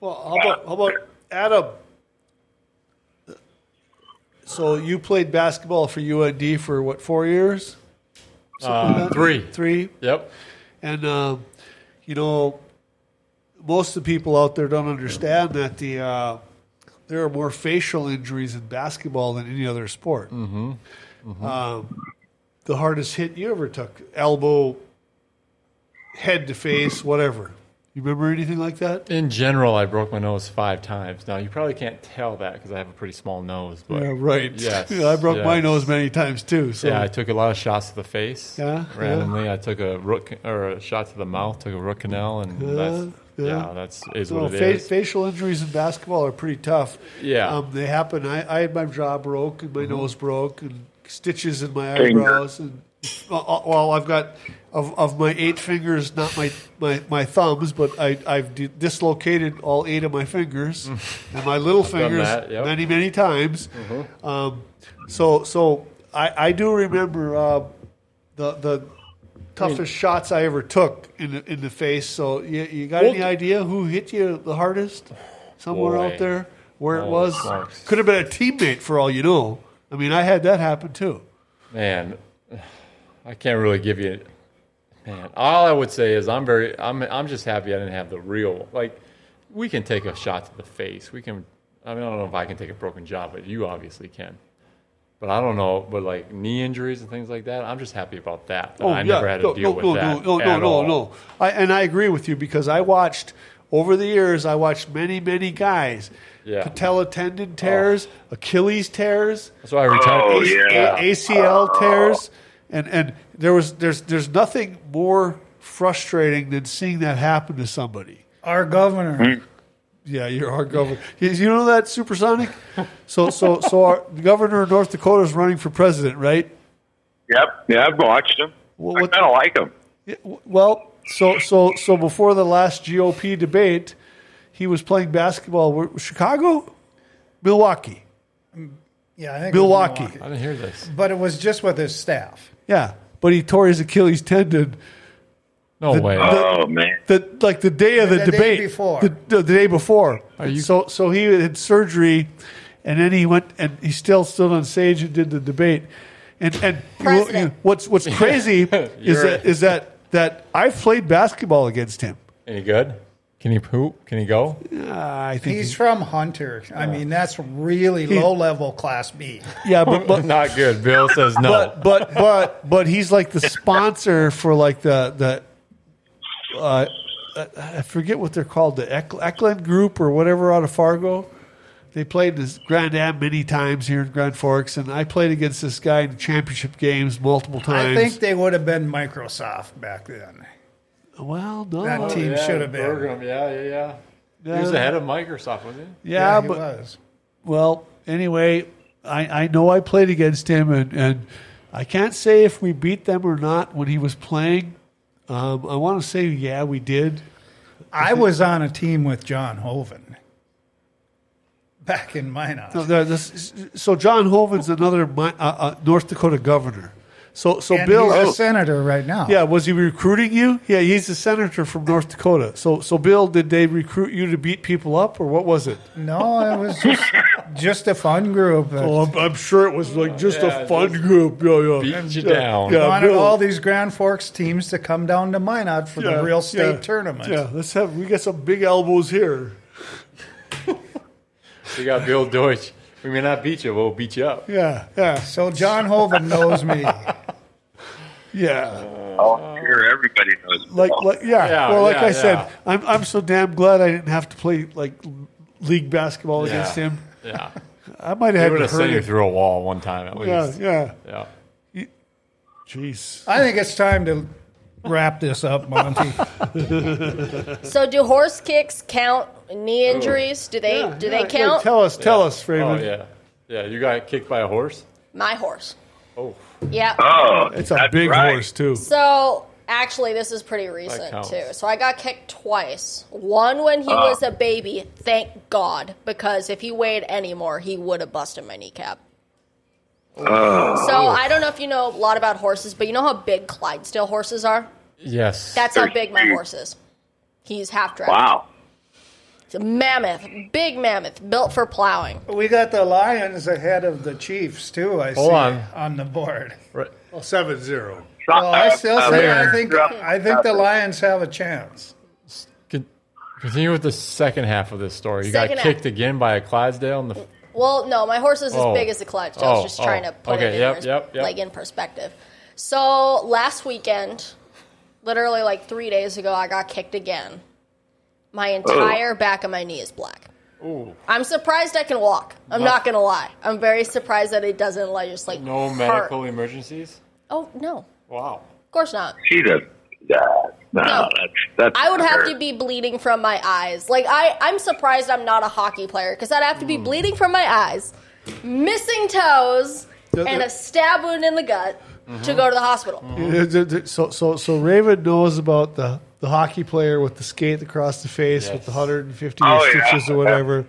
Well, how about how about Adam? So you played basketball for UND for what four years? Something like that? three. Three. Yep. And um, you know, most of the people out there don't understand that the uh, there are more facial injuries in basketball than any other sport. Mm-hmm. Um, the hardest hit you ever took: elbow, head to face, whatever. You remember anything like that? In general, I broke my nose five times. Now, you probably can't tell that because I have a pretty small nose. But Yeah, right. Yes, Yeah, I broke my yes. nose many times too. So Yeah, I took a lot of shots to the face. Yeah, randomly, I took a root or a shot to the mouth, took a root canal, and that's yeah. yeah, that's is So what it fa- is. facial injuries in basketball are pretty tough. Yeah. Mm-hmm. um, they happen. I, I had my jaw broke and my nose broke and stitches in my Finger. eyebrows and well, uh, well, I've got of of my eight fingers, not my my, my thumbs, but I I've di- dislocated all eight of my fingers and my little fingers Mm. that, yep. Mm-hmm. many many times. Um, so so I I do remember uh, the the. Toughest shots I ever took in the, in the face. So you, you got Well, any idea who hit you the hardest? somewhere Boy. out there where it Holy was. smokes. Could have been a teammate for all you know. I mean, I had that happen too. man, I can't really give you. Man, all I would say is I'm very I'm I'm just happy I didn't have the real like. We can take a shot to the face. We can. I mean, I don't know if I can take a broken jaw, but you obviously can. But I don't know. But like knee injuries and things like that, I'm just happy about that. that I never had to Oh, no, deal no, with no, that. No, no, at no, all. no, I, and I agree with you because I watched over the years, I watched many, many guys. Yeah. Patella tendon tears, Oh. Achilles tears, That's why I retired. Oh, A- yeah. Oh. ACL tears, and and there was there's there's nothing more frustrating than seeing that happen to somebody. Our governor. Hmm. Yeah, you're our governor. You you know that supersonic. So so so our the governor of North Dakota is running for president, right? Yep. Yeah, I've watched him. Well, I what- kind of like him. Yeah, w- Well, so so so before the last GOP debate, he was playing basketball. with Chicago, Milwaukee, Yeah, I think it was Milwaukee. I didn't hear this. But it was just with his staff. Yeah, but he tore his Achilles tendon. No way. Oh man. the like the day of the, The day debate before. the, the, the day before Are you- so so he had surgery and then he went and he still stood on stage and did the debate and and you know, President. you- what's what's crazy is You're that right. is that that I've played basketball against him Any good? Can he poop? Can he go? Ah, I think He's from Hunter. I mean, that's really low level class B. yeah but but, Not good. Bill says no. Oh. but but but but he's like the sponsor for like the the uh, I forget what they're called the Eck- Eckland Group or whatever out of Fargo. They played this Grand Am many times here in Grand Forks, and I played against this guy in championship games multiple I times. think they would have been Microsoft back then. well, no, That team should have been. Yeah, yeah, yeah. He was Yeah. the head of Microsoft, wasn't he? yeah, he but was. Well, anyway, I, I know I played against him, and, and I can't say if we beat them or not when he was playing. Um, I want to say, yeah, we did. I was on a team with John Hoven back in Minot. No, no, this- so John Hoven's another Mi- uh, uh, North Dakota governor. So, so and Bill, he's a senator right now. yeah, was he recruiting you? Yeah, he's a senator from North Dakota. So, so Bill, did they recruit you to beat people up, or what was it? No, it was just, just a fun group. that Oh, I'm, I'm sure it was like just Yeah, just group. Yeah, yeah. Beat you down. yeah. wanted Bill. all these Grand Forks teams to come down to Minot for Yeah, the real state yeah, tournament. Yeah, let's have we got some big elbows here. We got Bill Deutsch. We may not beat you, but we'll beat you up. Yeah, yeah, So John Hoven knows me. yeah. Oh, sure. Everybody knows. him. like, like yeah. Yeah, well, like yeah, I said, yeah. I'm I'm so damn glad I didn't have to play like league basketball Yeah. against him. Yeah. I might He have would had have sent you hurt him. through a wall one time at Yeah, least. yeah. Yeah. Jeez. I think it's time to wrap this up, Monty. So do horse kicks count? Knee injuries? Do they do they count? tell us, tell us, Oh, Raymond. yeah. Yeah, you got kicked by a horse? My horse. Oh, Yeah. Oh, It's a that's big right. horse too. So actually, this is pretty recent counts. Ah. too. So I got kicked twice. One when he was a baby. Thank God, because if he weighed any more, he would have busted my kneecap. Oh. So I don't know if you know a lot about horses, but you know how big Clydesdale horses are. yes. That's how They're big my huge. horse is. He's half draft. Wow. It's a mammoth, big mammoth, built for plowing. We got the Lions ahead of the Chiefs too. I Hold see on. on the board. Right. Well, seven zero. Well, I still Uh, say uh, I think I think the Lions have a chance. Con- Continue with the second half of this story. You Second got half. kicked again by a Clydesdale in the Well, no, my horse is Oh. as big as the Clydesdale. I was Oh, just trying oh. to put Okay, it in yep, pers- yep, yep. like in perspective. So last weekend, literally like three days ago, I got kicked again. My entire back of my knee is black. I'm surprised I can walk. I'm Wow. not gonna lie. I'm very surprised that it doesn't like just like no hurt. medical emergencies. Oh no, of Wow. course not. She does. Uh, no, No. that's that's. I would have her. to be bleeding from my eyes. Like I, I'm surprised I'm not a hockey player because I'd have to be bleeding from my eyes, missing toes, Yeah, and yeah. a stab wound in the gut to go to the hospital. So so so Raven knows about the the hockey player with the skate across the face with the Yes. 150 Oh, yeah. stitches or whatever,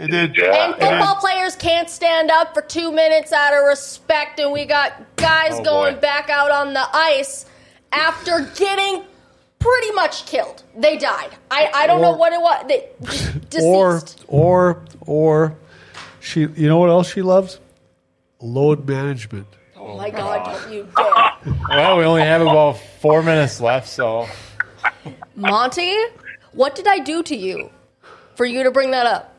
and then And Yeah. football players can't stand up for two minutes out of respect, and we got guys Oh, going boy. back out on the ice after getting pretty much killed. They died. I, I don't know Or- what it was. They, deceased. or or or she you know what else she loves load management oh my god, don't you dare. Well, we only have about four minutes left, so Monty, what did I do to you for you to bring that up?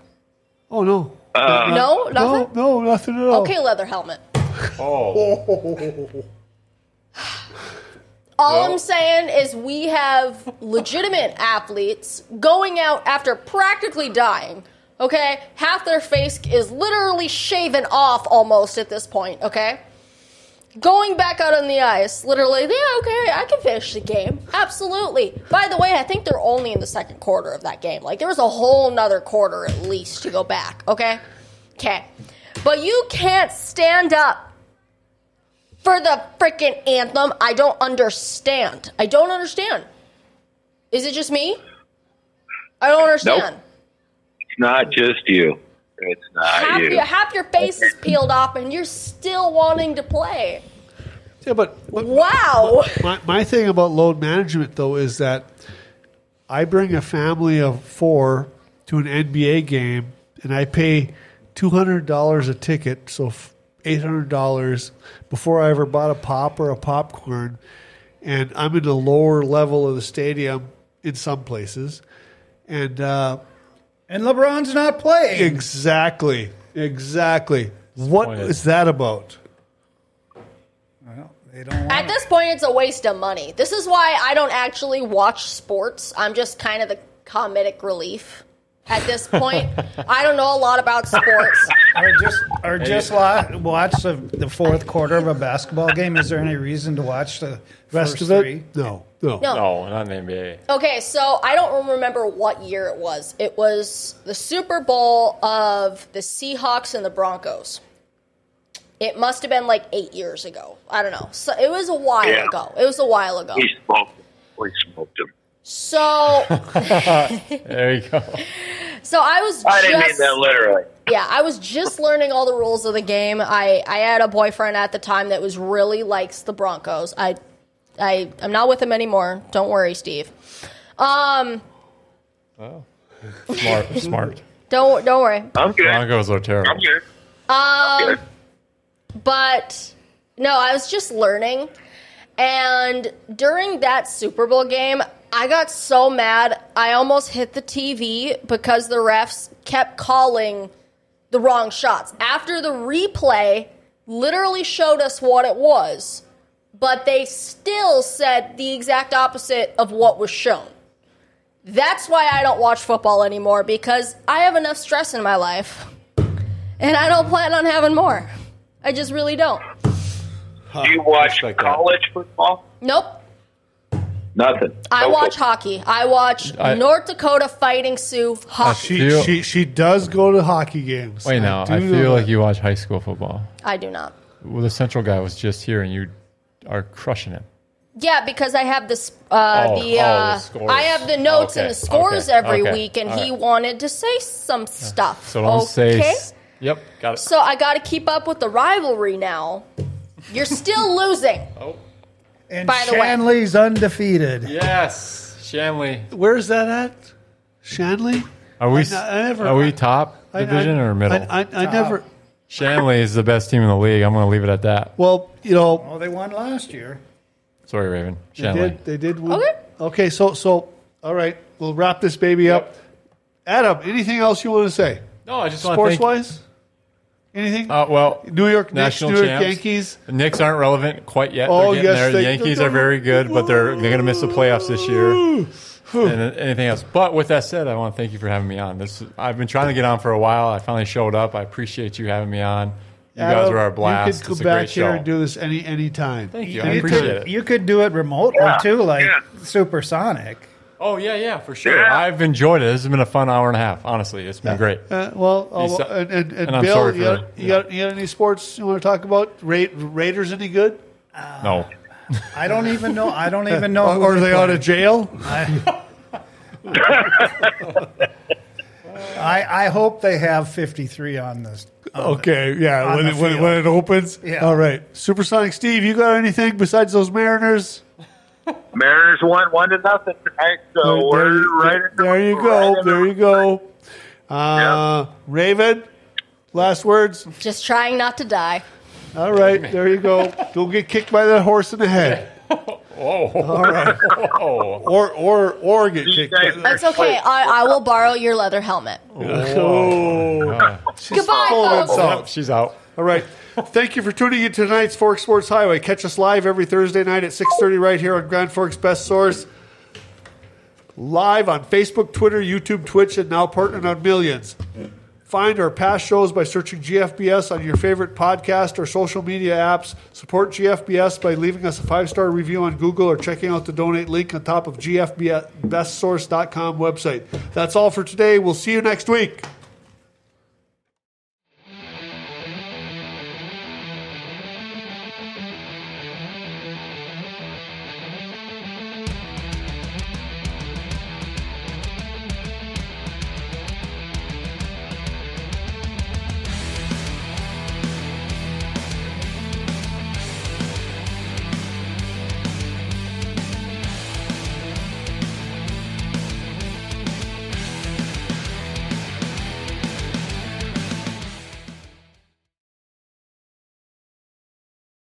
oh no no, no nothing. no nothing at all Oh. Okay, leather helmet. oh, All Well- I'm saying is we have legitimate athletes going out after practically dying. Okay, half their face is literally shaven off almost at this point. Okay, going back out on the ice, literally. Yeah, okay, I can finish the game. Absolutely. By the way, I think they're only in the second quarter of that game. Like there was a whole nother quarter at least to go back. Okay, okay, but you can't stand up for the freaking anthem. I don't understand. I don't understand. Is it just me? I don't understand. It's not just you. It's not Half, you. your, half your face is peeled off and you're still wanting to play. Yeah, but, but Wow. my, my thing about load management though is that I bring a family of four to an NBA game and I pay two hundred dollars a ticket, so eight hundred dollars before I ever bought a pop or a popcorn, and I'm in the lower level of the stadium in some places, and uh, And LeBron's not playing. exactly, exactly, what Disappointed. is that about? Well, they don't want At this point, it's a waste of money. This is why I don't actually watch sports. I'm just kind of the comedic relief at this point. I don't know a lot about sports. Or just, or just lo- watch the, the fourth quarter of a basketball game. Is there any reason to watch the Rest first of it? three? No, no, No. No, not in the NBA. Okay, so I don't remember what year it was. It was the Super Bowl of the Seahawks and the Broncos. It must have been like eight years ago. I don't know. So it was a while Yeah. ago. It was a while ago. We smoked him. We smoked him. So, There you go. so I was. I didn't just, mean that literally. yeah, I was just learning all the rules of the game. I, I had a boyfriend at the time that was really likes the Broncos. I I I'm not with him anymore. Don't worry, Steve. Um, Smart, smart. don't don't worry. I'm good. Broncos are I'm terrible. good. Um, but no, I was just learning, and during that Super Bowl game, I got so mad I almost hit the TV because the refs kept calling the wrong shots. After the replay literally showed us what it was, but they still said the exact opposite of what was shown. That's why I don't watch football anymore because I have enough stress in my life and I don't plan on having more. I just really don't. Do you watch Respect that. college football? Nope. Nothing. I Okay. watch hockey. I watch I- North Dakota Fighting Sioux hockey. She, Feel- she she does go to hockey games. Wait, now do I know feel that. like you watch high school football. I do not. Well, the central guy was just here, and you are crushing it. Yeah, because I have this. Uh, Oh, oh, the the uh, scores. I have the notes Okay, and the scores okay, every okay, week, and all he right. wanted to say some stuff. So don't okay? say. s- Yep, got it. so I got to keep up with the rivalry now. You're still losing. And By the way- Shanley's undefeated. yes, Shanley. Where's that at? Shanley? Are we? I- I never- are we top I- I- division or middle? I, I, I never. Shanley is the best team in the league. I'm going to leave it at that. Well, you know, Well, Oh, they won last year. Sorry, Raven. they Shanley. did, they did win. Okay. Okay, so so all right, we'll wrap this baby up. Adam, anything else you want to say? No, I just want to Sports thank. wise, anything? Uh, well, New York Knicks, national New York champs. Yankees. The Knicks aren't relevant quite yet. Oh, they're getting yes, there. they- the Yankees are very good, but they're they're going to miss the playoffs this year. and uh, anything else. But with that said, I want to thank you for having me on. This I've been trying to get on for a while. I finally showed up. I appreciate you having me on. You guys Adam, are our blast. You could it's come a back great here show. and do this any any time. thank you. I You appreciate could, it. you could do it remotely Yeah, too, like yeah. supersonic. oh yeah, yeah, for sure. Yeah. I've enjoyed it. This has been a fun hour and a half. Honestly, it's been great. Uh, well, oh, He's- and, and, and, and I'm Bill, sorry you, for got, the- you, got, you got any sports you want to talk about? Ra- Raiders any good? no, I don't even know. I don't even know. Or, who or are they out of played. jail? I, I hope they have fifty three on this. Okay, yeah. on When the it, when, it- field. when it opens, Yeah. All right, Supersonic Steve, you got anything besides those Mariners? Mariners won one to nothing tonight, so we're you- right. in the- there you right go. in the- there you go. Uh, Raven, last words. Just trying not to die. All right, there you go. Don't get kicked by that horse in the head. All right, oh, or or or get You kicked. guys by- are It's okay. I, I will borrow your leather helmet. Oh, Goodbye, full of folks. himself. Oh, she's out. All right. Thank you for tuning in to tonight's Fork Sports Highway. Catch us live every Thursday night at 6.30 right here on Grand Forks Best Source. Live on Facebook, Twitter, YouTube, Twitch, and now partnering on Millions. Find our past shows by searching GFBS on your favorite podcast or social media apps. Support GFBS by leaving us a five-star review on Google or checking out the donate link on top of GFBSBestSource.com website. That's all for today. We'll see you next week.